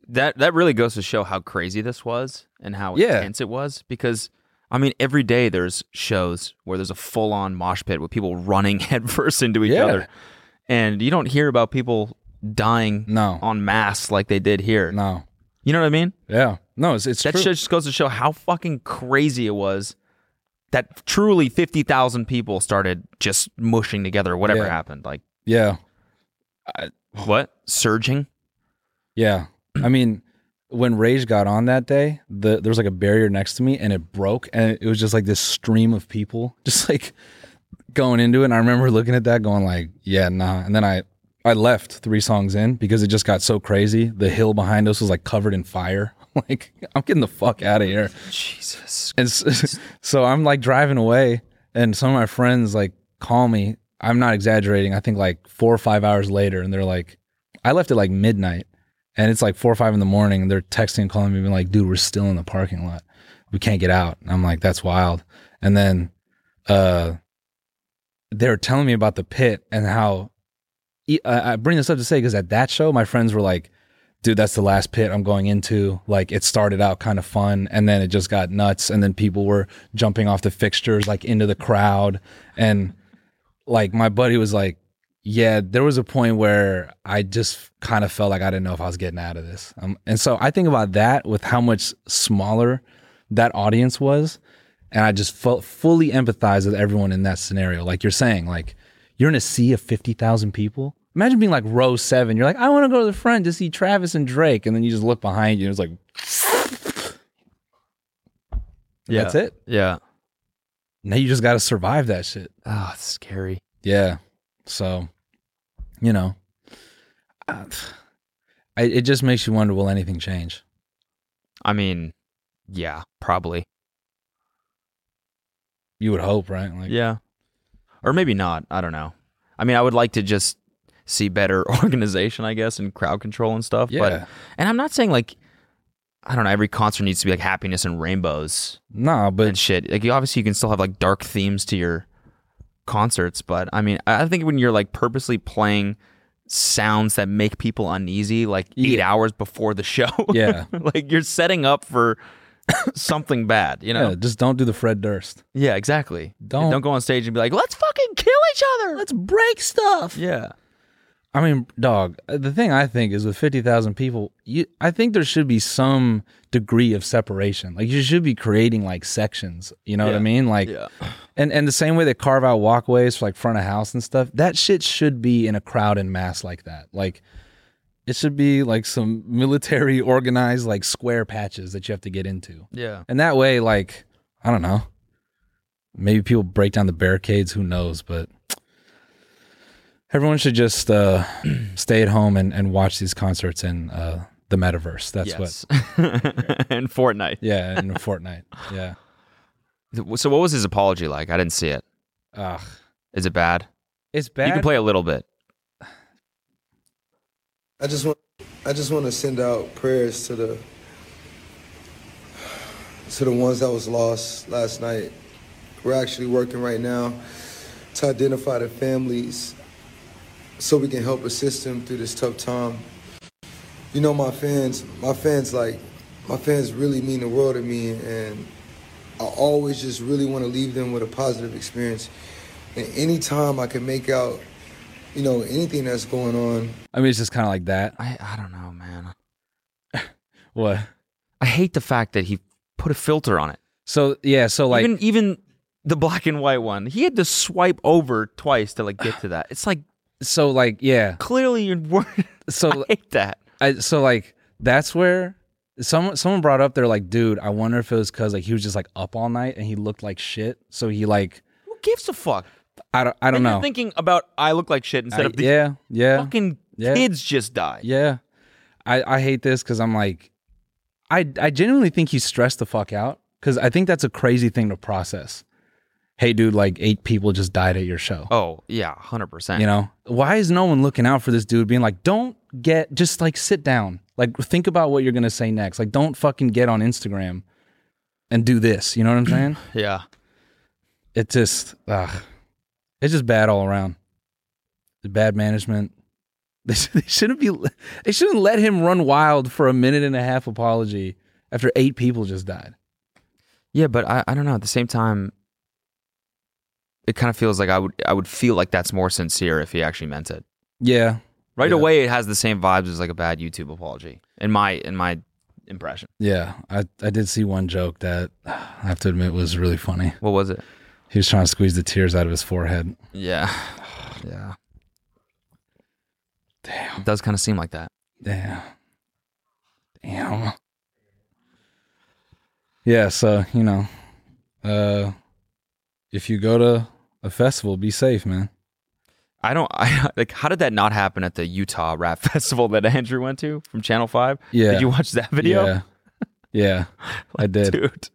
Speaker 2: that that really goes to show how crazy this was and how
Speaker 1: Yeah.
Speaker 2: intense it was because I mean, every day there's shows where there's a full on mosh pit with people running [LAUGHS] headfirst into each
Speaker 1: Yeah.
Speaker 2: other. and you don't hear about people dying
Speaker 1: No.
Speaker 2: on mass like they did here.
Speaker 1: No.
Speaker 2: You know what I mean?
Speaker 1: Yeah. No, it's it's
Speaker 2: That
Speaker 1: true.
Speaker 2: shit just goes to show how fucking crazy it was that truly 50,000 people started just mushing together whatever
Speaker 1: Yeah.
Speaker 2: happened. Like,
Speaker 1: yeah.
Speaker 2: what? Surging?
Speaker 1: Yeah. I mean, when Rage got on that day, the there was like a barrier next to me and it broke and it was just like this stream of people [LAUGHS] just like going into it. And I remember looking at that going like, yeah, nah. And then I I left three songs in because it just got so crazy. The hill behind us was like covered in fire. [LAUGHS] Like, I'm getting the fuck out of here.
Speaker 2: Jesus.
Speaker 1: And so, [LAUGHS] so I'm like driving away, and some of my friends like call me. I'm not exaggerating. I think like four or five hours later, and they're like, I left at like midnight, and it's like four or five in the morning, and they're texting and calling me, being like, dude, we're still in the parking lot. We can't get out. And I'm like, that's wild. And then uh, they were telling me about the pit and how e- I I bring this up to say, because at that show, my friends were like, dude, that's the last pit I'm going into. Like it started out kind of fun and then it just got nuts. And then people were jumping off the fixtures, like into the crowd. And like my buddy was like, yeah, there was a point where I just kind of felt like I didn't know if I was getting out of this. Um, and so I think about that with how much smaller that audience was. And I just felt fully empathize with everyone in that scenario. Like you're saying, like you're in a sea of 50,000 people. Imagine being like row seven. You're like, I want to go to the front to see Travis and Drake. And then you just look behind you and it's like, and that's it.
Speaker 2: Yeah.
Speaker 1: Now you just got to survive that shit.
Speaker 2: Oh, it's scary.
Speaker 1: Yeah. So, you know, uh, I, it just makes you wonder will anything change?
Speaker 2: I mean, yeah, probably.
Speaker 1: You would hope, right? Like,
Speaker 2: yeah. Or maybe not. I don't know. I mean, I would like to just see better [LAUGHS] organization, I guess, and crowd control and stuff.
Speaker 1: Yeah.
Speaker 2: But and I'm not saying like I don't know, every concert needs to be like happiness and rainbows
Speaker 1: Nah,
Speaker 2: and
Speaker 1: but
Speaker 2: shit. Like you obviously you can still have like dark themes to your concerts, but I mean I I think when you're like purposely playing sounds that make people uneasy like eight hours before the show. [LAUGHS]
Speaker 1: Yeah.
Speaker 2: like you're setting up for something bad, you know?
Speaker 1: yeah, just don't do the Fred Durst.
Speaker 2: Yeah, exactly.
Speaker 1: Don't-
Speaker 2: don't go on stage and be like, let's fucking kill each other. Let's
Speaker 1: break stuff.
Speaker 2: yeah.
Speaker 1: I mean, dog, the thing I think is with 50,000 people, you I think there should be some degree of separation. Like you should be creating like sections, you know what I
Speaker 2: Yeah.
Speaker 1: mean? Like and and the same way they carve out walkways for like front of house and stuff, that shit should be in a crowd and mass like that. Like it should be like some military [LAUGHS] organized like square patches that you have to get into.
Speaker 2: Yeah.
Speaker 1: And that way like I don't know. Maybe people break down the barricades, who knows, but everyone should just uh, [CLEARS THROAT] stay at home and, and watch these concerts in uh, the metaverse. That's
Speaker 2: [LAUGHS]
Speaker 1: what.
Speaker 2: and Fortnite.
Speaker 1: Yeah, in Fortnite. Yeah.
Speaker 2: So what was his apology like? I didn't see it.
Speaker 1: Ugh.
Speaker 2: Is it bad?
Speaker 1: It's bad.
Speaker 2: You can play a little bit.
Speaker 8: I just want I just want to send out prayers to the to the ones that was lost last night. We're actually working right now to identify the families so we can help assist them through this tough time. You know my fans, my fans like my fans really mean the world to me and I always just really want to leave them with a positive experience. And anytime I can make out, you know, anything that's going on,
Speaker 1: I mean, it's just kind of like that.
Speaker 2: I, I don't know, man.
Speaker 1: What?
Speaker 2: I hate the fact that he put a filter on it.
Speaker 1: So, yeah. So, like,
Speaker 2: even even the black and white one. He had to swipe over twice to like get to that. It's like
Speaker 1: so, like, yeah.
Speaker 2: clearly you're [LAUGHS] worried. [LAUGHS] I
Speaker 1: So,
Speaker 2: hate that.
Speaker 1: I, so like that's where someone someone brought up they're like dude i wonder if it was because like he was just like up all night and he looked like shit so he like
Speaker 2: Who gives a fuck?
Speaker 1: i don't i don't
Speaker 2: Then
Speaker 1: know
Speaker 2: You're thinking about I look like shit instead
Speaker 1: I-
Speaker 2: of these
Speaker 1: yeah yeah
Speaker 2: fucking
Speaker 1: Yeah.
Speaker 2: kids just die.
Speaker 1: Yeah. I, I hate this because I'm like, I, I genuinely think he's stressed the fuck out because I think that's a crazy thing to process. Hey, dude, like eight people just died at your show.
Speaker 2: Oh yeah, hundred percent.
Speaker 1: You know, why is no one looking out for this dude being like, don't get, just like sit down. Like, think about what you're going to say next. Like, don't fucking get on Instagram and do this. You know what I'm saying?
Speaker 2: yeah.
Speaker 1: it just ugh, it's just bad all around. The bad management. [LAUGHS] They, sh- they shouldn't be. They shouldn't let him run wild for a minute and a half apology after eight people just died.
Speaker 2: Yeah, but I, I don't know. At the same time, it kind of feels like I would I would feel like that's more sincere if he actually meant it.
Speaker 1: Yeah.
Speaker 2: Right
Speaker 1: Yeah.
Speaker 2: away, it has the same vibes as like a bad YouTube apology in my in my impression.
Speaker 1: Yeah. I, I did see one joke that I have to admit was really funny.
Speaker 2: What was it?
Speaker 1: He was trying to squeeze the tears out of his forehead.
Speaker 2: Yeah, yeah. Damn, it does kind of seem like that.
Speaker 1: Damn. Damn. Yeah, so, you know, uh if you go to a festival, be safe, man.
Speaker 2: I don't [LAUGHS] I, like. How did that not happen at the Utah Rap [LAUGHS] Festival that Andrew went to from Channel Five?
Speaker 1: Yeah.
Speaker 2: Did you watch that video?
Speaker 1: Yeah. Yeah.
Speaker 2: [LAUGHS]
Speaker 1: I did.
Speaker 2: dude.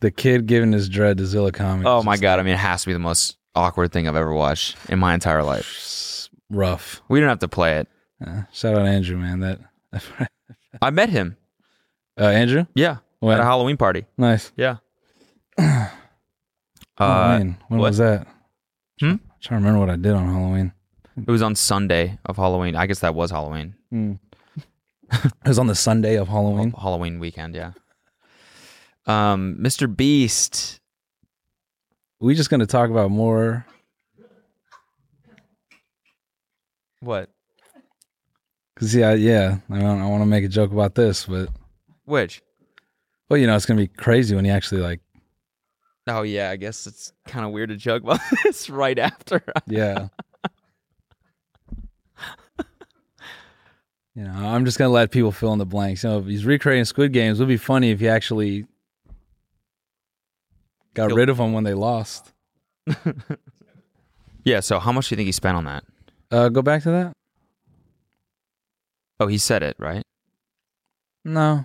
Speaker 1: The kid giving his dread to Zilla Comics.
Speaker 2: Oh my god! I mean, it has to be the most awkward thing I've ever watched in my entire life.
Speaker 1: rough.
Speaker 2: We don't have to play it.
Speaker 1: Uh, shout out Andrew, man. That [LAUGHS]
Speaker 2: I met him.
Speaker 1: uh Andrew?
Speaker 2: Yeah,
Speaker 1: When?
Speaker 2: at a Halloween party.
Speaker 1: Nice.
Speaker 2: Yeah.
Speaker 1: Oh,
Speaker 2: uh,
Speaker 1: man. When
Speaker 2: what?
Speaker 1: was that?
Speaker 2: Hmm?
Speaker 1: I'm trying to remember what I did on Halloween.
Speaker 2: It was on Sunday of Halloween. I guess that was Halloween.
Speaker 1: It was on the Sunday of Halloween.
Speaker 2: Halloween weekend, yeah. Um, Mr. Beast.
Speaker 1: We just gonna talk about more
Speaker 2: What?
Speaker 1: Cause yeah, yeah, I don't, I want to make a joke about this, but
Speaker 2: Which?
Speaker 1: well, you know, it's gonna be crazy when he actually like,
Speaker 2: Oh yeah, I guess it's kind of weird to joke [LAUGHS] about this right after. [LAUGHS]
Speaker 1: yeah. you know, I'm just gonna let people fill in the blanks. You know, if he's recreating Squid Games. It would be funny if he actually got
Speaker 2: He'll-
Speaker 1: rid of them when they lost.
Speaker 2: Yeah. So how much do you think he spent on that?
Speaker 1: Uh, go back to that.
Speaker 2: Oh, he said it right.
Speaker 1: No.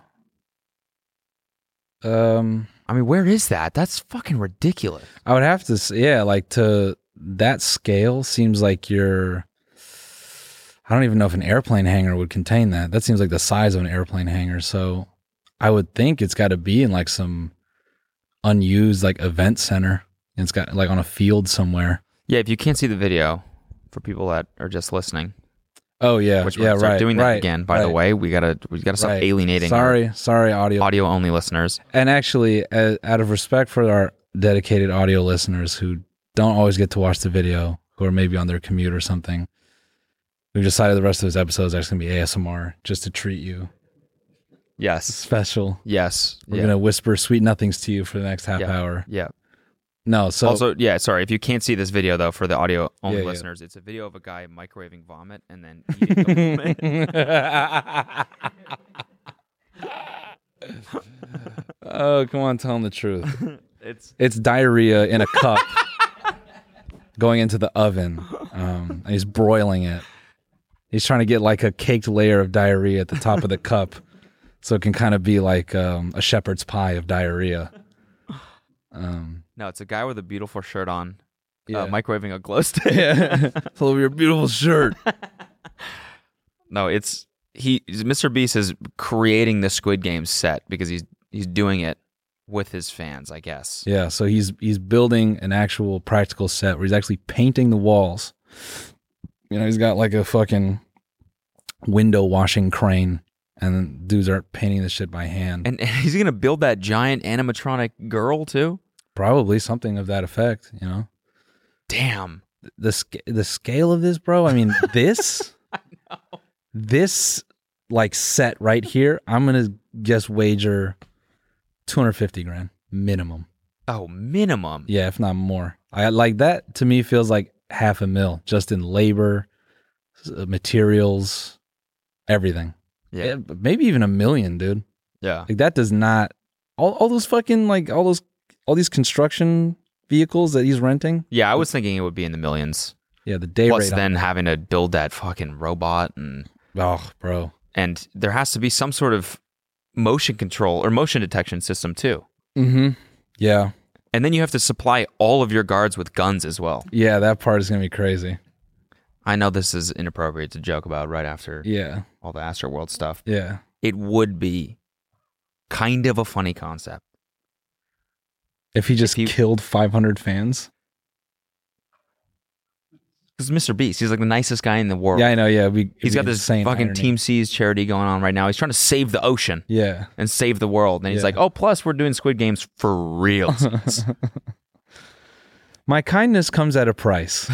Speaker 1: Um,
Speaker 2: I mean, where is that? That's fucking ridiculous.
Speaker 1: I would have to, s- yeah, like to that scale seems like you're. I don't even know if an airplane hangar would contain that. That seems like the size of an airplane hangar. So I would think it's got to be in like some unused like event center. And it's got like on a field somewhere.
Speaker 2: Yeah. If you can't see the video, for people that are just listening,
Speaker 1: Oh yeah,
Speaker 2: which we're
Speaker 1: yeah,
Speaker 2: gonna start
Speaker 1: right.
Speaker 2: doing that
Speaker 1: right,
Speaker 2: again. By the
Speaker 1: right,
Speaker 2: way, we gotta we gotta stop
Speaker 1: right.
Speaker 2: alienating our
Speaker 1: Sorry, sorry, audio.
Speaker 2: audio only listeners.
Speaker 1: And actually, a- out of respect for our dedicated audio listeners who don't always get to watch the video, who are maybe on their commute or something, we've decided the rest of those episodes are just going to be ASMR just to treat you
Speaker 2: Yes.
Speaker 1: special.
Speaker 2: Yes.
Speaker 1: We're
Speaker 2: yeah.
Speaker 1: going to whisper sweet nothings to you for the next half
Speaker 2: Yeah.
Speaker 1: hour.
Speaker 2: yeah.
Speaker 1: No, so
Speaker 2: also, yeah, sorry. If you can't see this video though, for the audio only
Speaker 1: Yeah, yeah.
Speaker 2: listeners, it's a video of a guy microwaving vomit and then eating the vomit.
Speaker 1: [LAUGHS] oh, come on, tell them the truth.
Speaker 2: It's
Speaker 1: it's diarrhea in a cup [LAUGHS] going into the oven um, and he's broiling it he's trying to get like a caked layer of diarrhea at the top of [LAUGHS] the cup so it can kind of be like um, a shepherd's pie of diarrhea um,
Speaker 2: no, it's a guy with a beautiful shirt on,
Speaker 1: yeah.
Speaker 2: uh, microwaving a glow stick.
Speaker 1: yeah it's all over your beautiful shirt
Speaker 2: [LAUGHS] No, it's he. Mr. Beast is creating the Squid Game set because he's he's doing it with his fans, I guess.
Speaker 1: yeah so he's he's building an actual practical set where he's actually painting the walls you know he's got like a fucking window washing crane and dudes are painting this shit by hand
Speaker 2: And, [LAUGHS] and he's gonna build that giant animatronic girl too.
Speaker 1: probably something of that effect you know
Speaker 2: Damn.
Speaker 1: the sc- the scale of this bro
Speaker 2: [LAUGHS]
Speaker 1: i mean this this like set right here i'm gonna just wager 250 grand minimum
Speaker 2: Oh, minimum.
Speaker 1: yeah if not more i like that to me feels like half a mil just in labor s- uh, materials everything
Speaker 2: Yeah.
Speaker 1: Eh, maybe even a million dude
Speaker 2: Yeah.
Speaker 1: Like that does not all all those fucking like all those all these construction vehicles that he's renting.
Speaker 2: Yeah. I was thinking it would be in the millions.
Speaker 1: Yeah, the day
Speaker 2: Plus,
Speaker 1: rate. on-
Speaker 2: then having to build that fucking robot and
Speaker 1: oh, bro.
Speaker 2: and there has to be some sort of motion control or motion detection system too.
Speaker 1: Mm-hmm. Yeah,
Speaker 2: And then you have to supply all of your guards with guns as well.
Speaker 1: yeah. That part is gonna be crazy.
Speaker 2: I know this is inappropriate to joke about right after
Speaker 1: Yeah,
Speaker 2: all the Astroworld stuff.
Speaker 1: yeah.
Speaker 2: It would be kind of a funny concept.
Speaker 1: If he just
Speaker 2: he-
Speaker 1: killed 500 fans.
Speaker 2: Because Mr. Beast, he's like the nicest guy in the world.
Speaker 1: Yeah, I know. Yeah, we.
Speaker 2: he's
Speaker 1: we
Speaker 2: got this
Speaker 1: insane
Speaker 2: fucking
Speaker 1: irony.
Speaker 2: Team Seas charity going on right now. He's trying to save the ocean
Speaker 1: Yeah,
Speaker 2: and save the world. And he's
Speaker 1: Yeah.
Speaker 2: like, oh, plus we're doing Squid Games for
Speaker 1: [LAUGHS]
Speaker 2: real. [LAUGHS]
Speaker 1: my kindness comes at a price.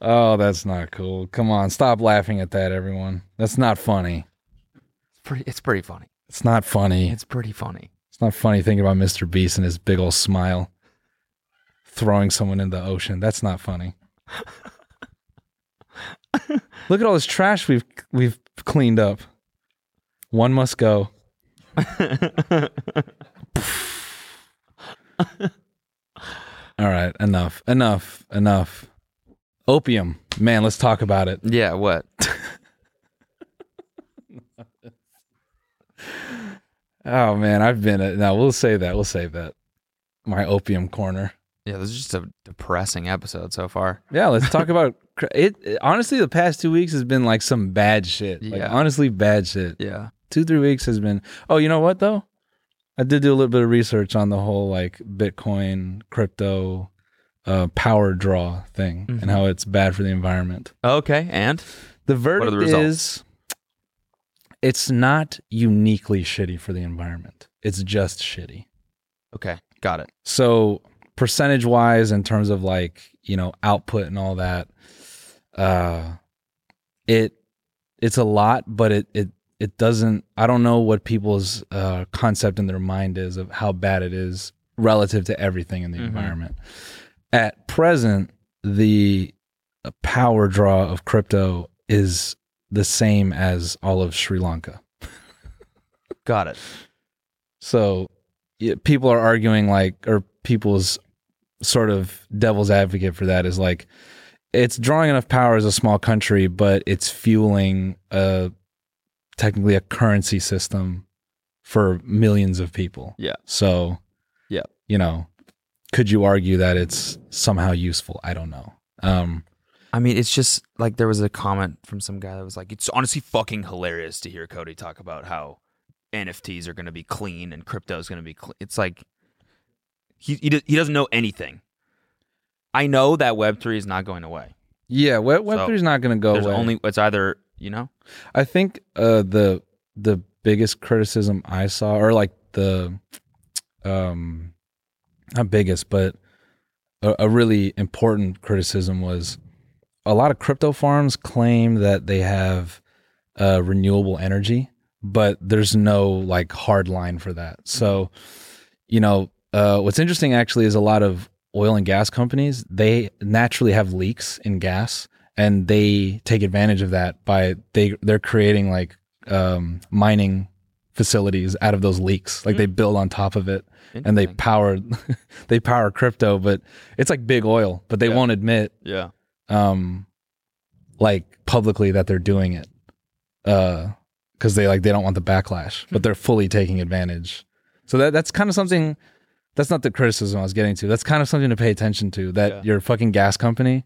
Speaker 1: Oh, that's not cool. Come on, stop laughing at that, everyone. That's not funny.
Speaker 2: It's pretty, it's pretty funny.
Speaker 1: It's not funny.
Speaker 2: It's pretty funny.
Speaker 1: It's not funny thinking about Mr. Beast and his big old smile throwing someone in the ocean. That's not funny. [LAUGHS] Look at all this trash we've we've cleaned up. One must [LAUGHS] go. all right, enough. Enough. Enough. Opium. Man, let's talk about it.
Speaker 2: Yeah,
Speaker 1: [LAUGHS]
Speaker 2: what?
Speaker 1: Oh man, I've been at now we'll save that. We'll save that. My opium corner.
Speaker 2: Yeah, this is just a depressing episode so far.
Speaker 1: Yeah, let's
Speaker 2: [LAUGHS]
Speaker 1: talk about cr- it, it- Honestly, the past two weeks has been like some bad shit. Like
Speaker 2: Yeah.
Speaker 1: honestly, bad shit.
Speaker 2: Yeah.
Speaker 1: Two three weeks has been. Oh, you know what though? I did do a little bit of research on the whole like Bitcoin crypto uh, power draw thing
Speaker 2: Mm-hmm.
Speaker 1: and how it's bad for the environment.
Speaker 2: Okay, and
Speaker 1: The
Speaker 2: are the
Speaker 1: verdict
Speaker 2: results?
Speaker 1: is it's not uniquely shitty for the environment. It's just shitty.
Speaker 2: okay, got it.
Speaker 1: So percentage wise, in terms of like you know output and all that, uh, it it's a lot, but it it it doesn't. I don't know what people's uh, concept in their mind is of how bad it is relative to everything in the environment. At present, the uh, power draw of crypto is the same as all of Sri Lanka.
Speaker 2: Got it.
Speaker 1: So yeah, people are arguing like, or people's sort of devil's advocate for that is like, it's drawing enough power as a small country, but it's fueling a technically a currency system for millions of people.
Speaker 2: Yeah.
Speaker 1: So,
Speaker 2: Yeah.
Speaker 1: you know, could you argue that it's somehow useful? I don't know. Um,
Speaker 2: I mean, it's just like there was a comment from some guy that was like, "It's honestly fucking hilarious to hear Cody talk about how NFTs are going to be clean and crypto is going to be clean." It's like he he, do- he doesn't know anything. I know that Web three is not going away.
Speaker 1: yeah, Web Web three is not going to go
Speaker 2: There's
Speaker 1: away.
Speaker 2: only it's either you know
Speaker 1: I think uh, the the biggest criticism I saw, or like the um, not biggest, but a, a really important criticism was a lot of crypto farms claim that they have uh, renewable energy, but there's no like hard line for that. So, you know, uh, what's interesting actually is a lot of oil and gas companies they naturally have leaks in gas and they take advantage of that by they they're creating like um, mining facilities out of those leaks like they build on top of it and they power [LAUGHS] they power crypto but it's like big oil but they won't admit
Speaker 2: yeah
Speaker 1: um like publicly that they're doing it uh because they like they don't want the backlash
Speaker 2: Hmm.
Speaker 1: but they're fully taking advantage so that that's kind of something that's not the criticism i was getting to that's kind of something to pay attention to that
Speaker 2: Yeah.
Speaker 1: your fucking gas company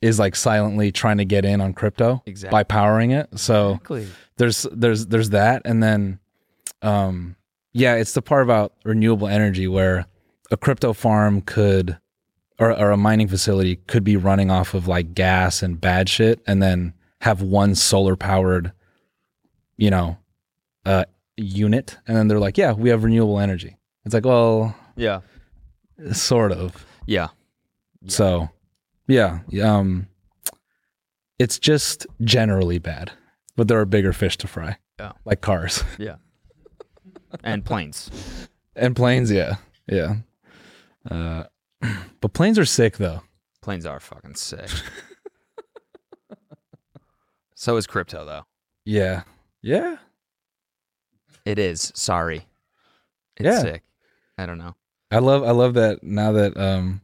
Speaker 1: is like silently trying to get in on crypto
Speaker 2: Exactly.
Speaker 1: by powering it so
Speaker 2: exactly
Speaker 1: there's there's there's that and then um yeah it's the part about renewable energy where a crypto farm could or, or a mining facility could be running off of like gas and bad shit and then have one solar powered you know uh unit and then they're like yeah we have renewable energy it's like well
Speaker 2: yeah
Speaker 1: sort of
Speaker 2: yeah
Speaker 1: so, yeah, um, it's just generally bad, but there are bigger fish to fry.
Speaker 2: Yeah.
Speaker 1: like cars
Speaker 2: yeah and planes
Speaker 1: and planes. Yeah, yeah. Uh, [CLEARS THROAT] but planes are sick though.
Speaker 2: planes are fucking sick.
Speaker 1: [LAUGHS]
Speaker 2: so is crypto though.
Speaker 1: Yeah, yeah.
Speaker 2: It is. Sorry. It's
Speaker 1: Yeah.
Speaker 2: sick. I don't
Speaker 1: [LAUGHS]
Speaker 2: know.
Speaker 1: I love, I love that now that um,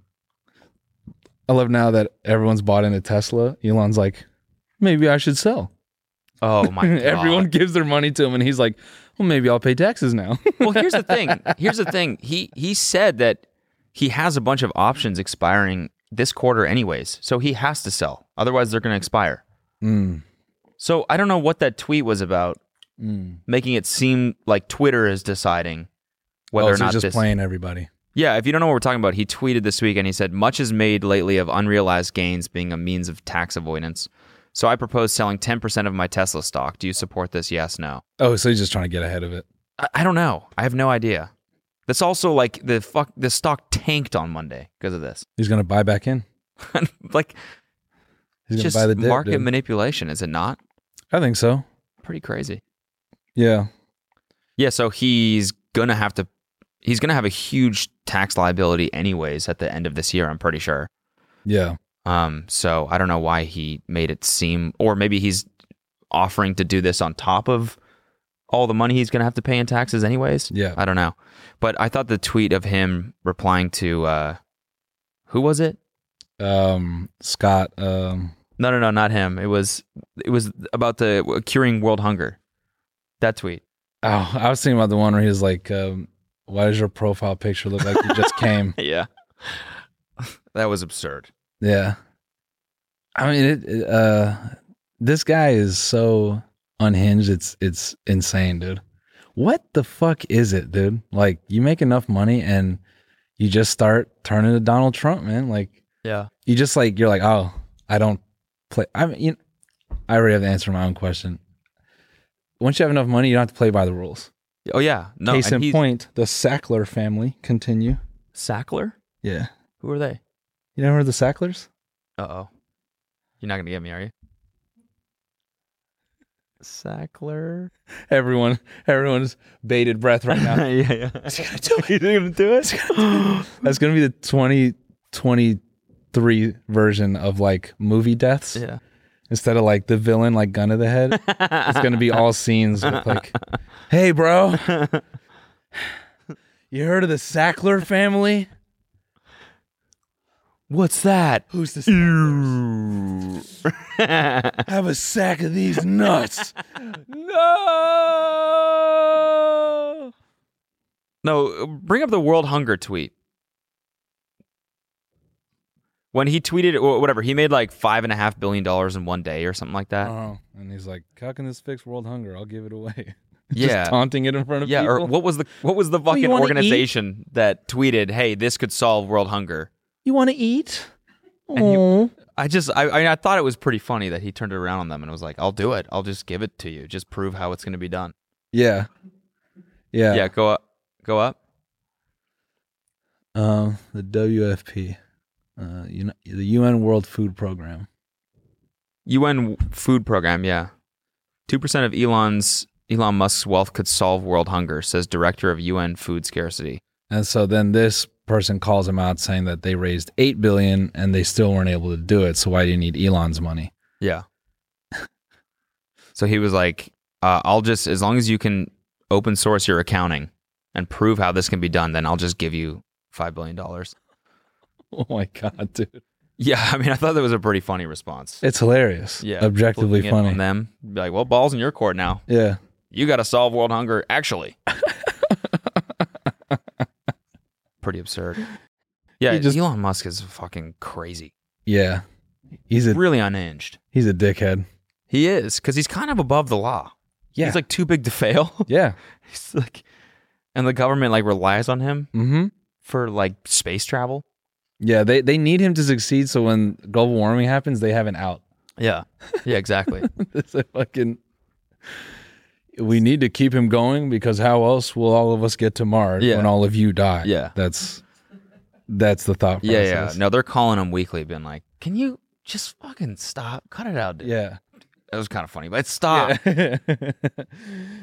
Speaker 1: I love now that everyone's bought into Tesla. Elon's like, maybe I should sell.
Speaker 2: Oh my god.
Speaker 1: [LAUGHS] Everyone gives their money to him, and he's like, well, maybe I'll pay taxes now.
Speaker 2: [LAUGHS]
Speaker 1: [LAUGHS]
Speaker 2: well, here's the thing. Here's the thing. He he said that he has a bunch of options expiring this quarter anyways. So he has to sell. Otherwise they're going to expire.
Speaker 1: Hmm.
Speaker 2: So I don't know what that tweet was about.
Speaker 1: Hmm.
Speaker 2: Making it seem like Twitter is deciding whether
Speaker 1: Oh,
Speaker 2: or
Speaker 1: so he's
Speaker 2: not
Speaker 1: just
Speaker 2: this
Speaker 1: playing everybody.
Speaker 2: Yeah, if you don't know what we're talking about, he tweeted this week and he said, Much is made lately of unrealized gains being a means of tax avoidance. So I propose selling 10% of my Tesla stock. Do you support this? Yes, no.
Speaker 1: Oh, so he's just trying to get ahead of it.
Speaker 2: I, I don't know. I have no idea. That's also like the fuck, the [LAUGHS] stock tanked on Monday because of this.
Speaker 1: He's gonna buy back in.
Speaker 2: like,
Speaker 1: He's gonna
Speaker 2: just
Speaker 1: buy the dip,
Speaker 2: market
Speaker 1: dude.
Speaker 2: manipulation, is it not?
Speaker 1: I think so.
Speaker 2: Pretty crazy.
Speaker 1: Yeah.
Speaker 2: Yeah, so he's gonna have to he's gonna have a huge tax liability anyways at the end of this year, I'm pretty sure.
Speaker 1: Yeah.
Speaker 2: Um, so I don't know why he made it seem or maybe he's offering to do this on top of all the money he's gonna have to pay in taxes anyways.
Speaker 1: Yeah.
Speaker 2: I don't know. But I thought the tweet of him replying to uh who was it?
Speaker 1: Um, Scott. Um,
Speaker 2: No, no, no, not him. It was it was about the uh, curing world hunger. That
Speaker 1: [LAUGHS]
Speaker 2: tweet.
Speaker 1: oh, I was thinking about the one where he was like, um, "Why does your profile picture look like you just came?"
Speaker 2: Yeah. that was absurd.
Speaker 1: Yeah. I mean, it, it, uh, this guy is so unhinged. It's it's insane, dude. What the fuck is it, dude? Like, you make enough money and you just start turning to Donald Trump, man. Like,
Speaker 2: Yeah.
Speaker 1: you just like you're like, oh, I don't play. I mean, you I already have the answer to my own question. Once you have enough money, you don't have to play by the rules.
Speaker 2: Oh yeah. No.
Speaker 1: Case
Speaker 2: and
Speaker 1: in
Speaker 2: he's-
Speaker 1: point, the Sackler family continue.
Speaker 2: Sackler?
Speaker 1: Yeah,
Speaker 2: Who are they?
Speaker 1: you never heard of the Sacklers?
Speaker 2: Uh oh. You're not gonna get me, are you? Sackler.
Speaker 1: Everyone, everyone's bated breath right now.
Speaker 2: [LAUGHS] yeah, yeah. [LAUGHS] You're gonna do it.
Speaker 1: [LAUGHS] That's gonna be the 2023 version of like movie deaths.
Speaker 2: yeah.
Speaker 1: Instead of like the villain like gun to the head, it's gonna be all scenes with like, "Hey, [LAUGHS] bro, you heard of the Sackler family?
Speaker 2: What's that?
Speaker 1: Who's the Sacklers? Have a sack of these [LAUGHS] nuts."
Speaker 2: No. No. Bring up the world hunger tweet. When he tweeted, or whatever, he made like five and a half billion dollars in one day or something like that.
Speaker 1: Oh, and he's like, "How can this fix world hunger? I'll give it away." [LAUGHS]
Speaker 2: Yeah.
Speaker 1: Just taunting it in front of
Speaker 2: Yeah,
Speaker 1: people.
Speaker 2: or what was the what was the fucking
Speaker 1: you wanna eat?
Speaker 2: organization that tweeted, "Hey, this could solve world hunger"?
Speaker 1: you want to eat?
Speaker 2: you-
Speaker 1: Oh,
Speaker 2: I just, I, I mean, I thought it was pretty funny that he turned it around on them and was like, "I'll do it. I'll just give it to you. Just prove how it's going to be done."
Speaker 1: [LAUGHS] yeah, yeah,
Speaker 2: Yeah. go up, go up.
Speaker 1: Um, the WFP, uh, you know, the UN World Food Program.
Speaker 2: UN food program, yeah. Two percent of Elon's Elon Musk's wealth could solve world hunger, says director of UN food scarcity.
Speaker 1: And so then this person calls him out saying that they raised eight billion and they still weren't able to do it. So why do you need Elon's money? [LAUGHS]
Speaker 2: Yeah. so he was like, uh, "I'll just, as long as you can open source your accounting and prove how this can be done, then I'll just give you five billion dollars."
Speaker 1: Oh my god, dude,
Speaker 2: Yeah, [LAUGHS] I mean, I thought that was a pretty funny response.
Speaker 1: it's hilarious.
Speaker 2: Yeah,
Speaker 1: objectively
Speaker 2: flipping it on
Speaker 1: funny.
Speaker 2: them be like, "Well, balls in your court now.
Speaker 1: Yeah,
Speaker 2: You got to solve world hunger."
Speaker 1: [LAUGHS]
Speaker 2: Actually, pretty absurd. Yeah,
Speaker 1: He just-
Speaker 2: Elon Musk is fucking crazy.
Speaker 1: yeah. He's a
Speaker 2: Really unhinged.
Speaker 1: he's a dickhead.
Speaker 2: He is because he's kind of above the law.
Speaker 1: Yeah,
Speaker 2: He's like too big to fail. [LAUGHS]
Speaker 1: yeah.
Speaker 2: He's like, and the government like relies on him
Speaker 1: Mm-hmm.
Speaker 2: for like space travel.
Speaker 1: Yeah, they, they need him to succeed so when global warming happens, they have an out.
Speaker 2: Yeah, yeah, [LAUGHS] exactly.
Speaker 1: It's a fucking we need to keep him going because how else will all of us get to Mars
Speaker 2: Yeah.
Speaker 1: when all of you die?
Speaker 2: Yeah.
Speaker 1: That's that's the thought
Speaker 2: yeah,
Speaker 1: process.
Speaker 2: yeah. No, they're calling him weekly, being like, "Can you just fucking stop? Cut it out, dude."
Speaker 1: Yeah.
Speaker 2: That was kind of funny, but stop.
Speaker 1: [LAUGHS] yeah,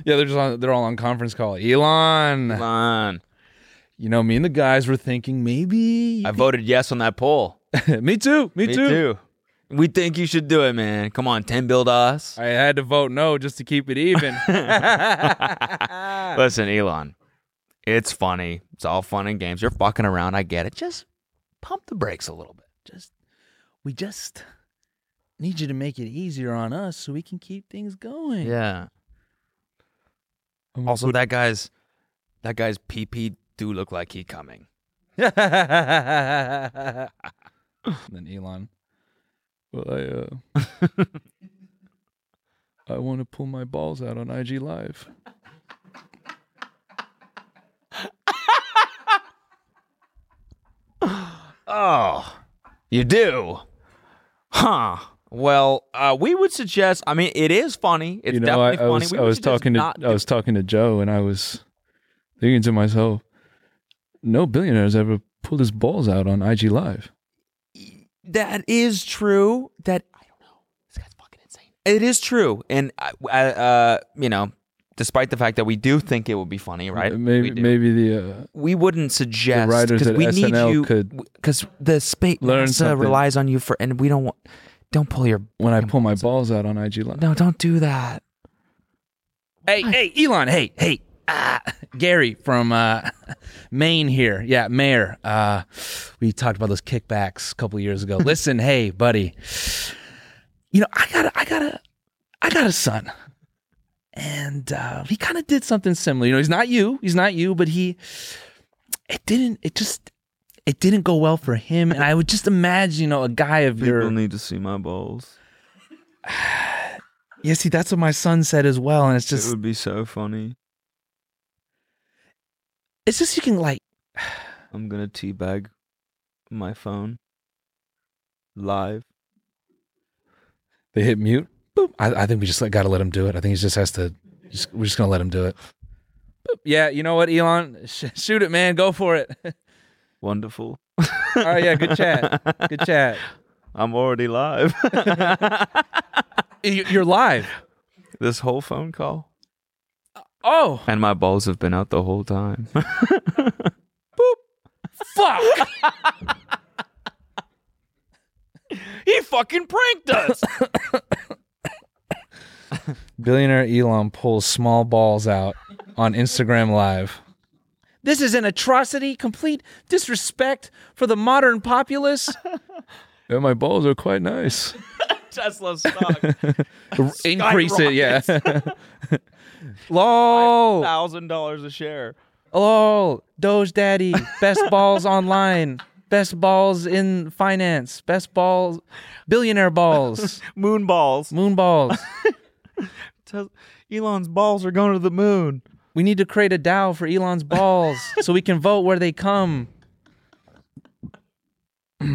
Speaker 1: they're just on they're all on conference call. Elon.
Speaker 2: Come [LAUGHS] on.
Speaker 1: You know, me and the guys were thinking maybe
Speaker 2: I voted yes on that poll.
Speaker 1: [LAUGHS] Me too. Me,
Speaker 2: Me too. We think you should do it, man. Come on, 10 bill dollars.
Speaker 1: I had to vote no just to keep it
Speaker 2: [LAUGHS]
Speaker 1: even.
Speaker 2: Listen, Elon, it's funny. It's all fun and games. You're fucking around. I get it. Just pump the brakes a little bit. Just
Speaker 1: we just need you to make it easier on us so we can keep things going.
Speaker 2: yeah. Also, that guy's that guy's PP do look like he coming.
Speaker 1: then Elon. Well,
Speaker 2: [LAUGHS]
Speaker 1: I uh, I want to pull my balls out on IG Live.
Speaker 2: Oh, you do? Huh. Well, uh, we would suggest. I mean, it is funny. It's
Speaker 1: you know, I,
Speaker 2: definitely
Speaker 1: I
Speaker 2: funny.
Speaker 1: was
Speaker 2: We
Speaker 1: I
Speaker 2: would
Speaker 1: was
Speaker 2: suggest
Speaker 1: talking to
Speaker 2: not
Speaker 1: I
Speaker 2: do-
Speaker 1: was talking to Joe, and I was thinking to myself, no billionaire's ever pulled his balls out on IG Live.
Speaker 2: That is true. That I don't It is true, and I, I, uh, you know, despite the fact that we do think it would be funny, right?
Speaker 1: Maybe
Speaker 2: we, do.
Speaker 1: maybe the uh,
Speaker 2: we wouldn't suggest
Speaker 1: writers
Speaker 2: because
Speaker 1: at
Speaker 2: we need
Speaker 1: SNL
Speaker 2: you
Speaker 1: could
Speaker 2: because the space
Speaker 1: learn something.
Speaker 2: relies on you for, and we don't want. Don't pull your.
Speaker 1: when I pull my balls out on IG Live.
Speaker 2: No, don't do that.
Speaker 1: Hey, hey, Elon, hey, hey, uh, Gary from uh, [LAUGHS] Maine here. Yeah, Mayor. Uh, we talked about those kickbacks a couple years ago. Listen, hey, buddy. You know, I got, a, I got a, I got a son, and uh, he kind of did something similar. You know, he's not you, he's not you, but he, it didn't, it just, it didn't go well for him. And I would just imagine, you know, a guy of your
Speaker 2: need to see my balls.
Speaker 1: Yeah, see, that's what my son said as well, and it's just
Speaker 2: be so funny.
Speaker 1: it's just you can like
Speaker 2: I'm gonna teabag my phone live.
Speaker 1: they hit mute. Boop. I, I think we just like, gotta let him do it. I think he just has to. Just, we're just gonna let him do it. Boop. Yeah, you know what, Elon, Sh- shoot it, man, go for it. [LAUGHS]
Speaker 2: Wonderful.
Speaker 1: oh yeah, good chat, good chat.
Speaker 2: I'm already live. [LAUGHS]
Speaker 1: You- You're live.
Speaker 2: this whole phone call.
Speaker 1: Oh
Speaker 2: And my balls have been out the whole time. [LAUGHS]
Speaker 1: fuck! [LAUGHS]
Speaker 2: he fucking pranked [LAUGHS] us.
Speaker 1: Billionaire Elon pulls small balls out on Instagram Live. This is an atrocity, complete disrespect for the modern [LAUGHS] populace. and my balls are quite [LAUGHS] nice.
Speaker 2: Tesla [LAUGHS] stock.
Speaker 1: increase it, yeah. [LAUGHS] lol,
Speaker 2: Thousand dollars a share.
Speaker 1: lol, Doge Daddy, best balls online, best balls in finance, best balls, billionaire balls,
Speaker 2: Moon balls.
Speaker 1: moon balls.
Speaker 2: Tes- Elon's balls are going to the moon.
Speaker 1: We need to create a DAO for Elon's balls so we can vote where they come. [CLEARS THROAT] uh,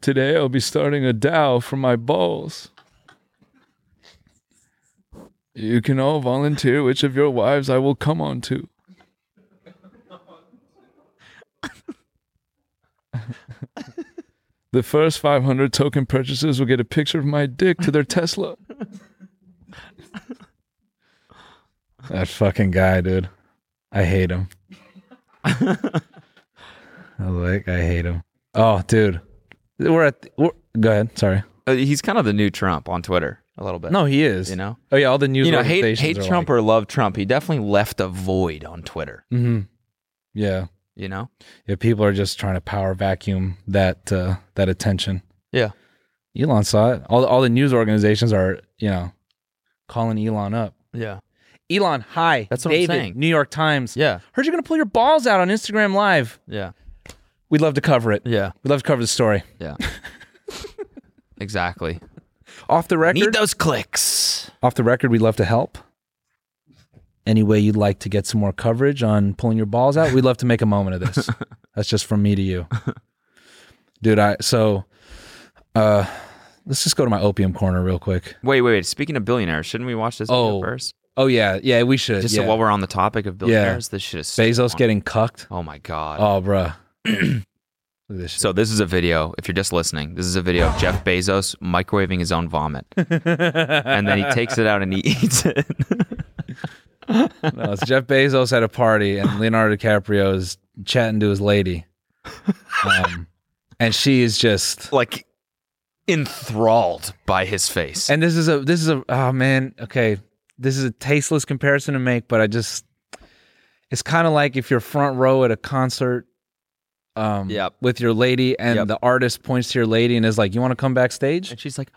Speaker 1: today I'll be starting a DAO for my balls. You can all volunteer which of your wives I will come on to. the first 500 token purchases will get a picture of my dick to their Tesla. That fucking guy, dude. I hate him. I like, I hate him. Oh, dude. We're at, we're, go ahead. Sorry.
Speaker 2: Uh, he's kind of the new Trump on Twitter a little bit.
Speaker 1: No, he is.
Speaker 2: You know?
Speaker 1: Oh, yeah. All the news
Speaker 2: you know, hate
Speaker 1: organizations
Speaker 2: hate
Speaker 1: are
Speaker 2: Trump
Speaker 1: like-
Speaker 2: or love Trump. He definitely left a void on Twitter.
Speaker 1: Mhm. Yeah.
Speaker 2: You know,
Speaker 1: Yeah. People are just trying to power vacuum that, uh, that attention.
Speaker 2: Yeah.
Speaker 1: Elon saw it. All, all the news organizations are, you know, calling Elon up.
Speaker 2: yeah,
Speaker 1: Elon, hi.
Speaker 2: That's what I'm
Speaker 1: David,
Speaker 2: saying.
Speaker 1: New York Times.
Speaker 2: yeah,
Speaker 1: Heard you're going to pull your balls out on Instagram Live.
Speaker 2: yeah,
Speaker 1: We'd love to cover it.
Speaker 2: yeah,
Speaker 1: We'd love to cover the story.
Speaker 2: [LAUGHS] yeah. exactly.
Speaker 1: Off the record.
Speaker 2: Need those clicks.
Speaker 1: Off the record, we'd love to help. Any way you'd like to get some more coverage on pulling your balls out, we'd love to make a moment of [LAUGHS] this. That's just from me to you. Dude, I so uh let's just go to my opium corner real quick.
Speaker 2: Wait, wait, wait. Speaking of billionaires, shouldn't we watch this
Speaker 1: Oh,
Speaker 2: video first?
Speaker 1: Oh yeah, yeah, we should.
Speaker 2: Just
Speaker 1: yeah.
Speaker 2: so while we're on the topic of billionaires, this shit is so
Speaker 1: Bezos
Speaker 2: on-
Speaker 1: getting cucked.
Speaker 2: Oh my god.
Speaker 1: Oh bruh. [CLEARS THROAT] Look at this shit.
Speaker 2: So this is a video. If you're just listening, this is a video of Jeff Bezos microwaving his own [LAUGHS] vomit, and then he takes it out and he eats it. [LAUGHS]
Speaker 1: No, it's Jeff Bezos at a party, and Leonardo DiCaprio is chatting to his [LAUGHS] lady. Um, and she is just
Speaker 2: like enthralled by his face.
Speaker 1: And this is a this is a oh man, okay. This is a tasteless comparison to make, but I just it's kind of like if you're front row at a concert um
Speaker 2: Yep.
Speaker 1: with your lady and
Speaker 2: Yep.
Speaker 1: the artist points to your lady and is like, "You want to come backstage?"
Speaker 2: and she's like,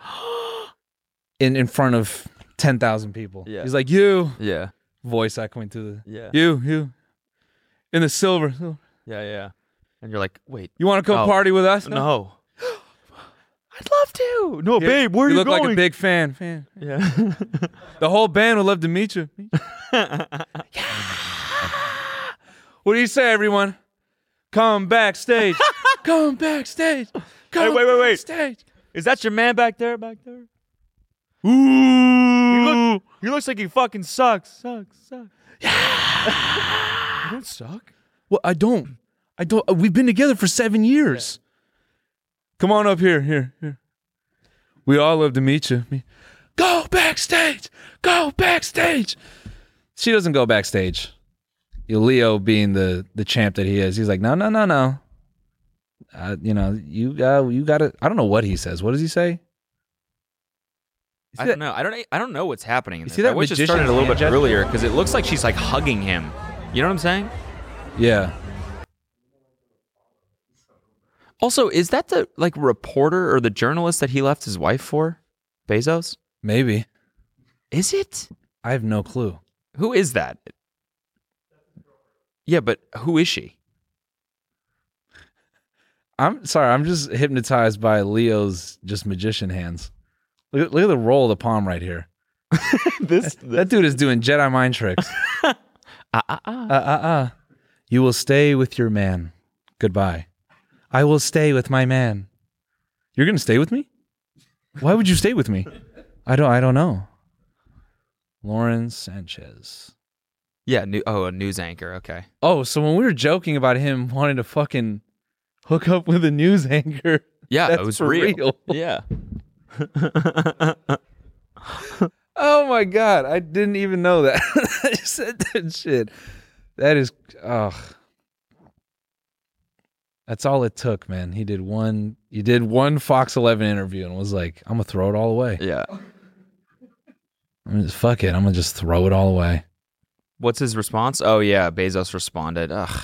Speaker 2: [GASPS]
Speaker 1: in in front of 10,000 people.
Speaker 2: Yeah.
Speaker 1: He's like, "You."
Speaker 2: yeah,
Speaker 1: Voice echoing through the
Speaker 2: yeah,
Speaker 1: "You, you." In the silver.
Speaker 2: yeah, yeah. And you're like, wait,
Speaker 1: You want to come
Speaker 2: No.
Speaker 1: party with us?
Speaker 2: Oh. no. [GASPS] I'd love to. No,
Speaker 1: Yeah.
Speaker 2: babe, where are you,
Speaker 1: look
Speaker 2: going?
Speaker 1: like a big fan. Fan.
Speaker 2: yeah.
Speaker 1: The whole band would love to meet
Speaker 2: [LAUGHS]
Speaker 1: you. What do you say, everyone? Come
Speaker 2: [LAUGHS]
Speaker 1: backstage. Come backstage. Come
Speaker 2: wait, wait, wait.
Speaker 1: backstage.
Speaker 2: Is that your man back there? Back there? Ooh. He, look, he looks like he fucking sucks. Sucks. Sucks.
Speaker 1: [LAUGHS]
Speaker 2: Yeah. you don't suck.
Speaker 1: Well, I don't. I don't. uh, We've been together for seven years. Come on up here. Here. Here. We all love to meet you. Me-
Speaker 6: Go backstage. Go backstage. She doesn't go backstage. Leo being the the champ that he is, he's like, no, no, no, no. Uh, you know, you uh, you got to. I don't know what he says. What does he say?
Speaker 2: I
Speaker 6: that-
Speaker 2: don't know. I don't. e, I don't know what's happening. In
Speaker 6: You
Speaker 2: this.
Speaker 6: see that
Speaker 2: I wish it
Speaker 6: magician's
Speaker 2: started a little bit
Speaker 6: hand gesture?
Speaker 2: earlier because it looks like she's like hugging him. You know what I'm saying?
Speaker 6: Yeah,
Speaker 2: Also, is that the like reporter or the journalist that he left his wife for? Bezos?
Speaker 6: maybe.
Speaker 2: Is it?
Speaker 6: I have no clue.
Speaker 2: Who is that? Yeah, but who is she?
Speaker 6: I'm sorry. I'm just hypnotized by Leo's just magician hands. Look, at- look at the roll of the palm right here.
Speaker 2: [LAUGHS] this
Speaker 6: That dude is doing Jedi mind tricks.
Speaker 2: [LAUGHS] ah, ah, ah.
Speaker 6: Uh, uh, uh. You will stay with your man. Goodbye. I will stay with my man. You're gonna stay with me? Why would you stay with me? I don't. I don't know. Lauren Sanchez.
Speaker 2: Yeah. New, oh, a news anchor. Okay.
Speaker 6: Oh, so when we were joking about him wanting to fucking hook up with a news anchor,
Speaker 2: Yeah,
Speaker 6: That's
Speaker 2: it was
Speaker 6: for
Speaker 2: real.
Speaker 6: real.
Speaker 2: [LAUGHS] Yeah.
Speaker 6: Oh my god, I didn't even know that. [LAUGHS] I said that shit. That is ugh. That's all it took, man. He did one he did one Fox 11 interview and was like, "I'm gonna throw it all away.
Speaker 2: yeah.
Speaker 6: I'm just fuck it. I'm gonna just throw it all away."
Speaker 2: What's his response? Oh yeah, Bezos responded. Ugh.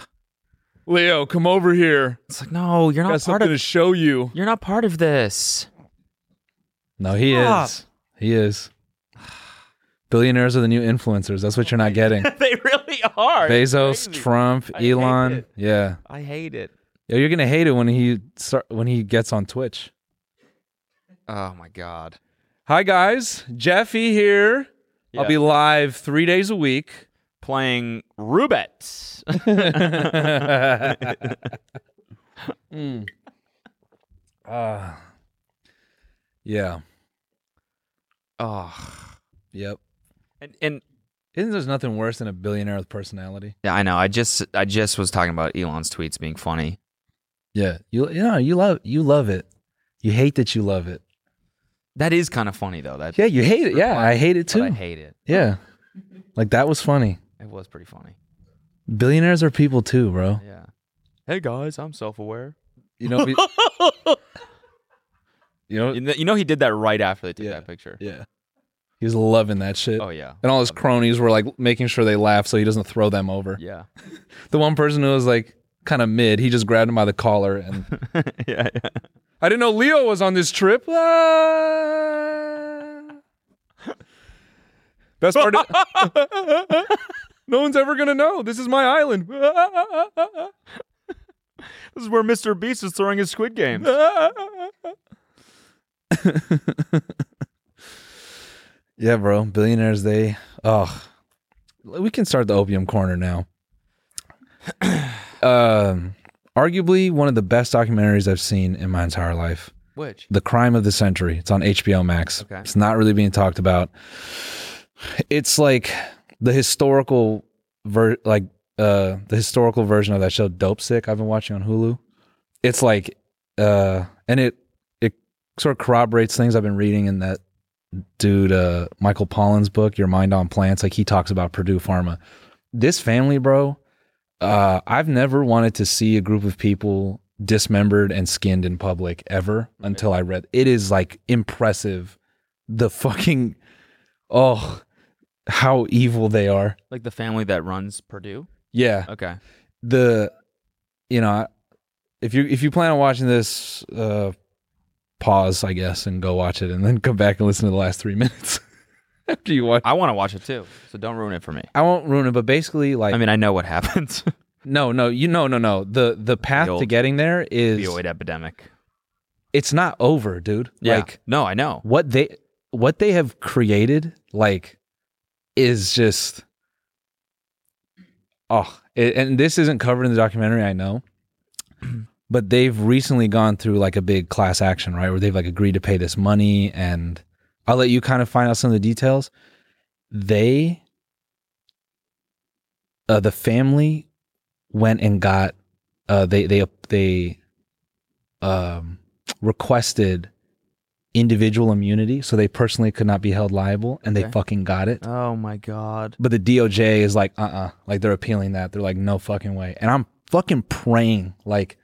Speaker 6: Leo, come over here.
Speaker 2: It's like no, you're not part of.
Speaker 6: show you.
Speaker 2: You're not part of this.
Speaker 6: No, he is. He is. Billionaires are the new influencers. That's what you're not getting.
Speaker 2: [LAUGHS] they really are.
Speaker 6: Bezos,
Speaker 2: Crazy.
Speaker 6: Trump,
Speaker 2: hate
Speaker 6: Elon.
Speaker 2: it.
Speaker 6: Yeah.
Speaker 2: I hate it.
Speaker 6: Yeah, you're gonna hate it when he start, when he gets on Twitch.
Speaker 2: Oh my god.
Speaker 6: Hi guys, Jeffy here. I'll
Speaker 2: Yeah.
Speaker 6: be live three days a week. [LAUGHS]
Speaker 2: Playing [LAUGHS] Rubet.
Speaker 6: Mm. Ah. yeah.
Speaker 2: oh.
Speaker 6: Yep.
Speaker 2: And and
Speaker 6: Isn't there's nothing worse than a billionaire with personality?
Speaker 2: yeah, I know. I just I just was talking about Elon's tweets being funny.
Speaker 6: Yeah. You you know you love you love it. You hate that you love it.
Speaker 2: That is kind of funny though. That
Speaker 6: Yeah, you hate it. Yeah, I hate it
Speaker 2: but I
Speaker 6: too.
Speaker 2: hate it.
Speaker 6: Yeah. Like that was funny.
Speaker 2: It was pretty funny.
Speaker 6: Billionaires are people too, bro.
Speaker 2: Yeah. Hey guys, I'm self-aware. [LAUGHS]
Speaker 6: You know. be- you know.
Speaker 2: You know, you know he did that right after they took
Speaker 6: Yeah.
Speaker 2: that picture.
Speaker 6: Yeah. He was loving that shit.
Speaker 2: Oh yeah.
Speaker 6: And all his cronies were like making sure they laugh so he doesn't throw them over.
Speaker 2: Yeah. [LAUGHS]
Speaker 6: The one person who was like kind of mid, he just grabbed him by the collar and
Speaker 2: [LAUGHS] yeah, yeah.
Speaker 6: I didn't know Leo was on this trip. Ah. Best
Speaker 2: [LAUGHS]
Speaker 6: part of- [LAUGHS] No one's ever gonna know. This is my island. [LAUGHS]
Speaker 2: This is where Mr. Beast is throwing his Squid Game. [LAUGHS]
Speaker 6: yeah, bro. Billionaires, they oh we can start the opium corner now. [CLEARS THROAT] um arguably one of the best documentaries I've seen in my entire life.
Speaker 2: Which?
Speaker 6: The Crime of the Century. It's on HBO Max.
Speaker 2: Okay.
Speaker 6: It's not really being talked about. It's like the historical ver- like uh the historical version of that show Dope Sick I've been watching on Hulu. It's like uh and it it sort of corroborates things I've been reading in that dude uh Michael Pollan's book Your Mind on Plants like he talks about Purdue Pharma. This family, bro, uh I've never wanted to see a group of people dismembered and skinned in public ever until I read. It is like impressive the fucking oh how evil they are.
Speaker 2: Like the family that runs Purdue?
Speaker 6: Yeah
Speaker 2: Okay.
Speaker 6: the you know if you if you plan on watching this uh pause i guess and go watch it and then come back and listen to the last three [LAUGHS] minutes after you watch
Speaker 2: I want to watch it too. So don't ruin it for me.
Speaker 6: i won't ruin it but basically like
Speaker 2: I mean, I know what happens.
Speaker 6: no no you no no no the the path to
Speaker 2: old
Speaker 6: getting there
Speaker 2: [LAUGHS]
Speaker 6: is
Speaker 2: Opioid epidemic.
Speaker 6: it's not over dude
Speaker 2: Yeah.
Speaker 6: like
Speaker 2: no, I know.
Speaker 6: what they what they have created like is just oh it, and this isn't covered in the documentary i know [CLEARS THROAT] but they've recently gone through like a big class action right where they've like agreed to pay this money and i'll let you kind of find out some of the details they uh, the family went and got uh, they they they um requested individual immunity, so they personally could not be held liable, and they
Speaker 2: Okay.
Speaker 6: fucking got it.
Speaker 2: Oh my god.
Speaker 6: But the DOJ is like, uh uh Like they're appealing that. They're like, no fucking way. And I'm fucking praying, like,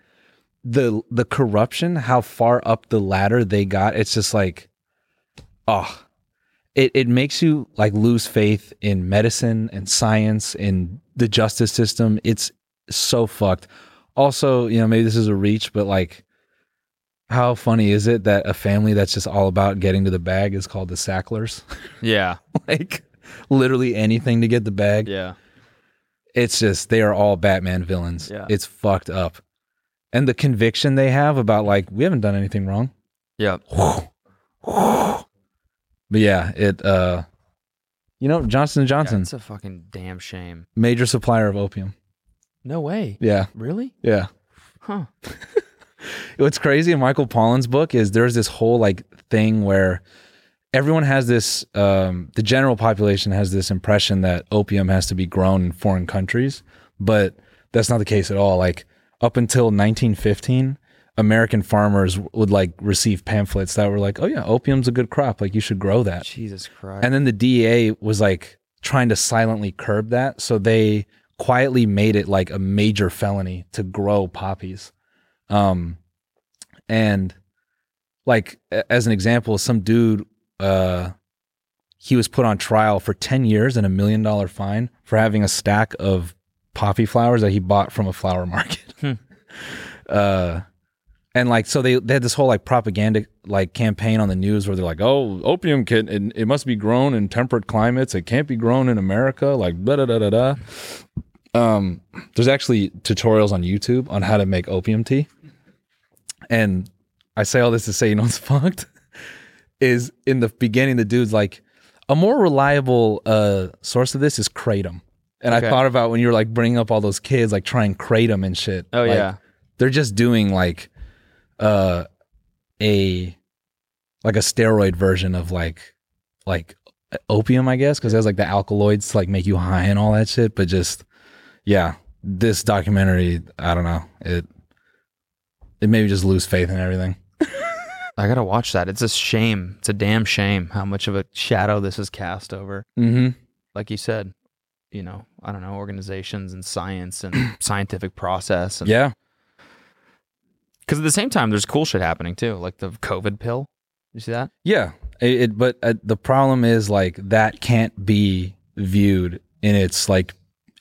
Speaker 6: the the corruption, how far up the ladder they got, it's just like, oh. It it makes you like lose faith in medicine and science and the justice system. It's so fucked. Also, you know, maybe this is a reach, but like how funny is it that a family that's just all about getting to the bag is called the Sacklers?
Speaker 2: Yeah.
Speaker 6: [LAUGHS] like literally anything to get the bag.
Speaker 2: Yeah.
Speaker 6: It's just they are all Batman villains.
Speaker 2: Yeah.
Speaker 6: It's fucked up. And the conviction they have about like we haven't done anything wrong.
Speaker 2: Yeah.
Speaker 6: But yeah, it uh you know, Johnson and Johnson,
Speaker 2: That's a fucking damn shame.
Speaker 6: major supplier of opium.
Speaker 2: No way.
Speaker 6: Yeah.
Speaker 2: Really?
Speaker 6: Yeah.
Speaker 2: Huh.
Speaker 6: What's crazy in Michael Pollan's book is there's this whole like thing where everyone has this um, the general population has this impression that opium has to be grown in foreign countries, but that's not the case at all. Like up until 1915, American farmers would like receive pamphlets that were like, "Oh yeah, opium's a good crop. Like you should grow that."
Speaker 2: Jesus Christ.
Speaker 6: And then the DEA was like trying to silently curb that. So they quietly made it like a major felony to grow poppies. Um, and like a- as an example, some dude, uh, he was put on trial for 10 years and a million dollar fine for having a stack of poppy flowers that he bought from a flower market. [LAUGHS] uh, and like so they, they had this whole like propaganda like campaign on the news where they're like oh opium can it, it must be grown in temperate climates it can't be grown in america like da da da da da um there's actually tutorials on youtube on how to make opium tea and i say all this to say you know what's [LAUGHS] fucked is in the beginning the dude's like a more reliable uh source of this is kratom and i
Speaker 2: Okay.
Speaker 6: thought about when you were like bringing up all those kids like trying kratom and shit
Speaker 2: Oh,
Speaker 6: Like,
Speaker 2: yeah.
Speaker 6: they're just doing like uh a like a steroid version of like like opium i guess because it has like the alkaloids to like make you high and all that shit but just yeah this documentary i don't know it it made me just lose faith in everything
Speaker 2: I gotta watch that. It's a shame. It's a damn shame how much of a shadow this is cast over.
Speaker 6: mm-hmm
Speaker 2: Like you said, you know, I don't know, organizations and science [CLEARS THROAT] and scientific process. And,
Speaker 6: yeah
Speaker 2: Because at the same time, there's cool shit happening too, like the COVID pill. You see that?
Speaker 6: yeah it, it- but uh, the problem is like that can't be viewed in its like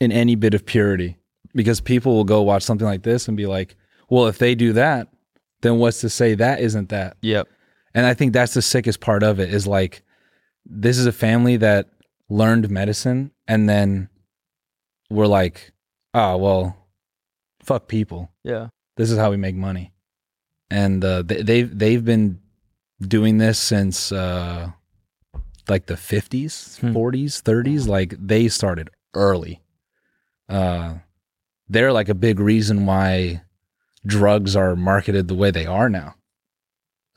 Speaker 6: in any bit of purity because people will go watch something like this and be like well if they do that then what's to say that isn't that
Speaker 2: Yep.
Speaker 6: And I think that's the sickest part of it is like this is a family that learned medicine and then we're like, ah, well, fuck people.
Speaker 2: Yeah.
Speaker 6: This is how we make money. And uh, they, they've they've been doing this since uh, like the fifties,
Speaker 2: Hmm.
Speaker 6: forties, thirties. Like they started early. Uh, they're like a big reason why drugs are marketed the way they are now.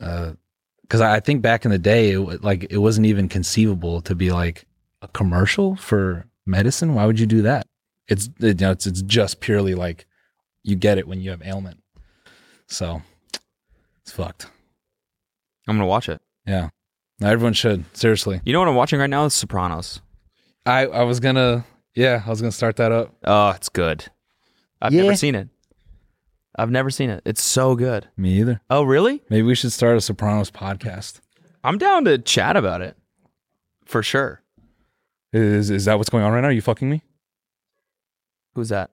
Speaker 6: Uh, Because I I think back in the day, it, wa- like it wasn't even conceivable to be like a commercial for medicine. Why would you do that? It's it, you know, it's it's just purely like you get it when you have ailment. So it's fucked.
Speaker 2: I'm gonna watch it.
Speaker 6: Yeah. No, everyone should seriously.
Speaker 2: You know what I'm watching right now? It's Sopranos.
Speaker 6: I I was gonna yeah I was gonna start that up.
Speaker 2: Oh, it's good. I've
Speaker 6: Yeah.
Speaker 2: never seen it. I've never seen it. It's so good.
Speaker 6: Me either.
Speaker 2: Oh, really?
Speaker 6: Maybe we should start a Sopranos podcast.
Speaker 2: I'm down to chat about it. For sure.
Speaker 6: Is is that what's going on right now? Are you fucking me?
Speaker 2: Who's that?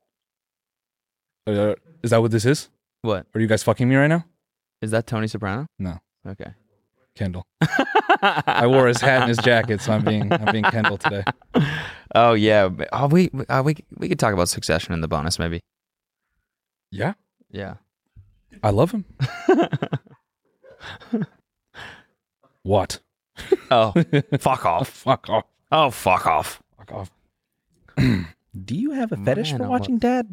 Speaker 6: Uh, is that what this is?
Speaker 2: What?
Speaker 6: Are you guys fucking me right now?
Speaker 2: Is that Tony Soprano?
Speaker 6: No,
Speaker 2: Okay. [LAUGHS]
Speaker 6: Kendall. I wore his hat and his jacket, so I'm being I'm being Kendall today.
Speaker 2: Oh yeah. Oh, we uh, we we could talk about Succession in the bonus maybe.
Speaker 6: Yeah,
Speaker 2: Yeah.
Speaker 6: I love him. what?
Speaker 2: Oh, [LAUGHS] fuck off.
Speaker 6: Fuck off.
Speaker 2: Oh, fuck off.
Speaker 6: Fuck off. [CLEARS THROAT] Do you have a
Speaker 2: Man, I wa-
Speaker 6: Dad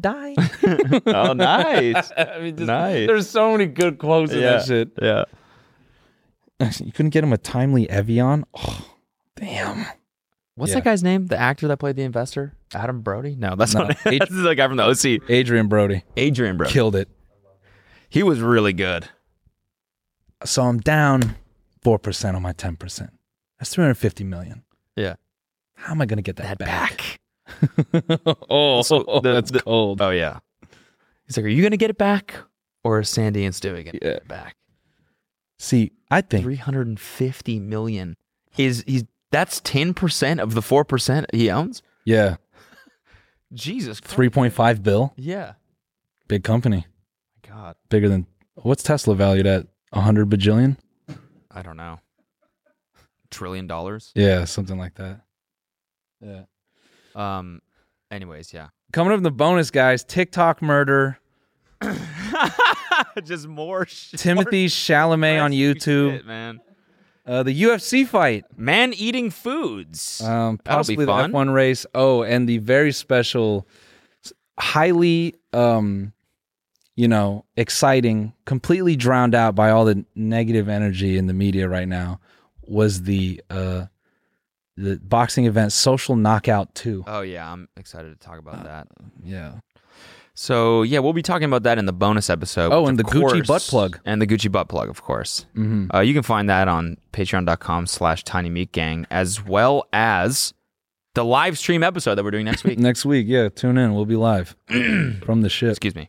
Speaker 2: [LAUGHS]
Speaker 6: die? [LAUGHS]
Speaker 2: Oh, nice. nice.
Speaker 6: There's so many good quotes in that shit.
Speaker 2: [LAUGHS] Yeah.
Speaker 6: You couldn't get him a timely Evian. Oh, damn.
Speaker 2: What's
Speaker 6: Yeah.
Speaker 2: that guy's name? The actor that played the investor? Adam Brody? No, that's [LAUGHS]
Speaker 6: No,
Speaker 2: not. that's the guy from the OC.
Speaker 6: Adrian Brody
Speaker 2: Adrian Brody.
Speaker 6: killed it.
Speaker 2: He was really good.
Speaker 6: So I'm down four percent on my ten percent. That's three hundred fifty million.
Speaker 2: Yeah.
Speaker 6: How am I going to get
Speaker 2: That
Speaker 6: that, back?
Speaker 2: back. [LAUGHS]
Speaker 6: oh,
Speaker 2: the-
Speaker 6: that's
Speaker 2: the-
Speaker 6: cold.
Speaker 2: Oh yeah. He's like, are you gonna get it back, or is Sandy and Stewie gonna
Speaker 6: Yeah.
Speaker 2: get it back?
Speaker 6: See, I think
Speaker 2: Three hundred and fifty million. Is he's that's ten percent of the four percent he owns?
Speaker 6: yeah,
Speaker 2: Jesus. Christ.
Speaker 6: three point five bill,
Speaker 2: Yeah.
Speaker 6: big company,
Speaker 2: God,
Speaker 6: bigger than what's Tesla valued at a hundred bajillion?
Speaker 2: I don't know. Trillion dollars.
Speaker 6: Yeah, something like that. Yeah.
Speaker 2: Um. Anyways, yeah. [LAUGHS]
Speaker 6: Coming up in the bonus, guys, TikTok murder.
Speaker 2: Just more shit. [LAUGHS]
Speaker 6: Timothy Chalamet on YouTube.
Speaker 2: Shit, man.
Speaker 6: Uh, the UFC fight.
Speaker 2: Man eating foods.
Speaker 6: Um,
Speaker 2: That'll be
Speaker 6: possibly the
Speaker 2: fun.
Speaker 6: F1 race. Oh, and the very special, s- highly, um, you know, exciting, completely drowned out by all the negative energy in the media right now, was the uh, the boxing event Social Knockout Two.
Speaker 2: oh yeah, I'm excited to talk
Speaker 6: uh,
Speaker 2: about that.
Speaker 6: Yeah,
Speaker 2: So yeah, we'll be talking about that in the bonus episode.
Speaker 6: Oh,
Speaker 2: which
Speaker 6: and
Speaker 2: of
Speaker 6: the Gucci butt plug.
Speaker 2: and the Gucci butt plug, of course.
Speaker 6: hmm
Speaker 2: Uh, you can find that on Patreon.com/slash Tiny Meat Gang, as well as
Speaker 6: [LAUGHS]
Speaker 2: the live stream episode that we're doing next week.
Speaker 6: next week. Yeah, tune in. We'll be live [CLEARS THROAT] from the ship.
Speaker 2: Excuse me.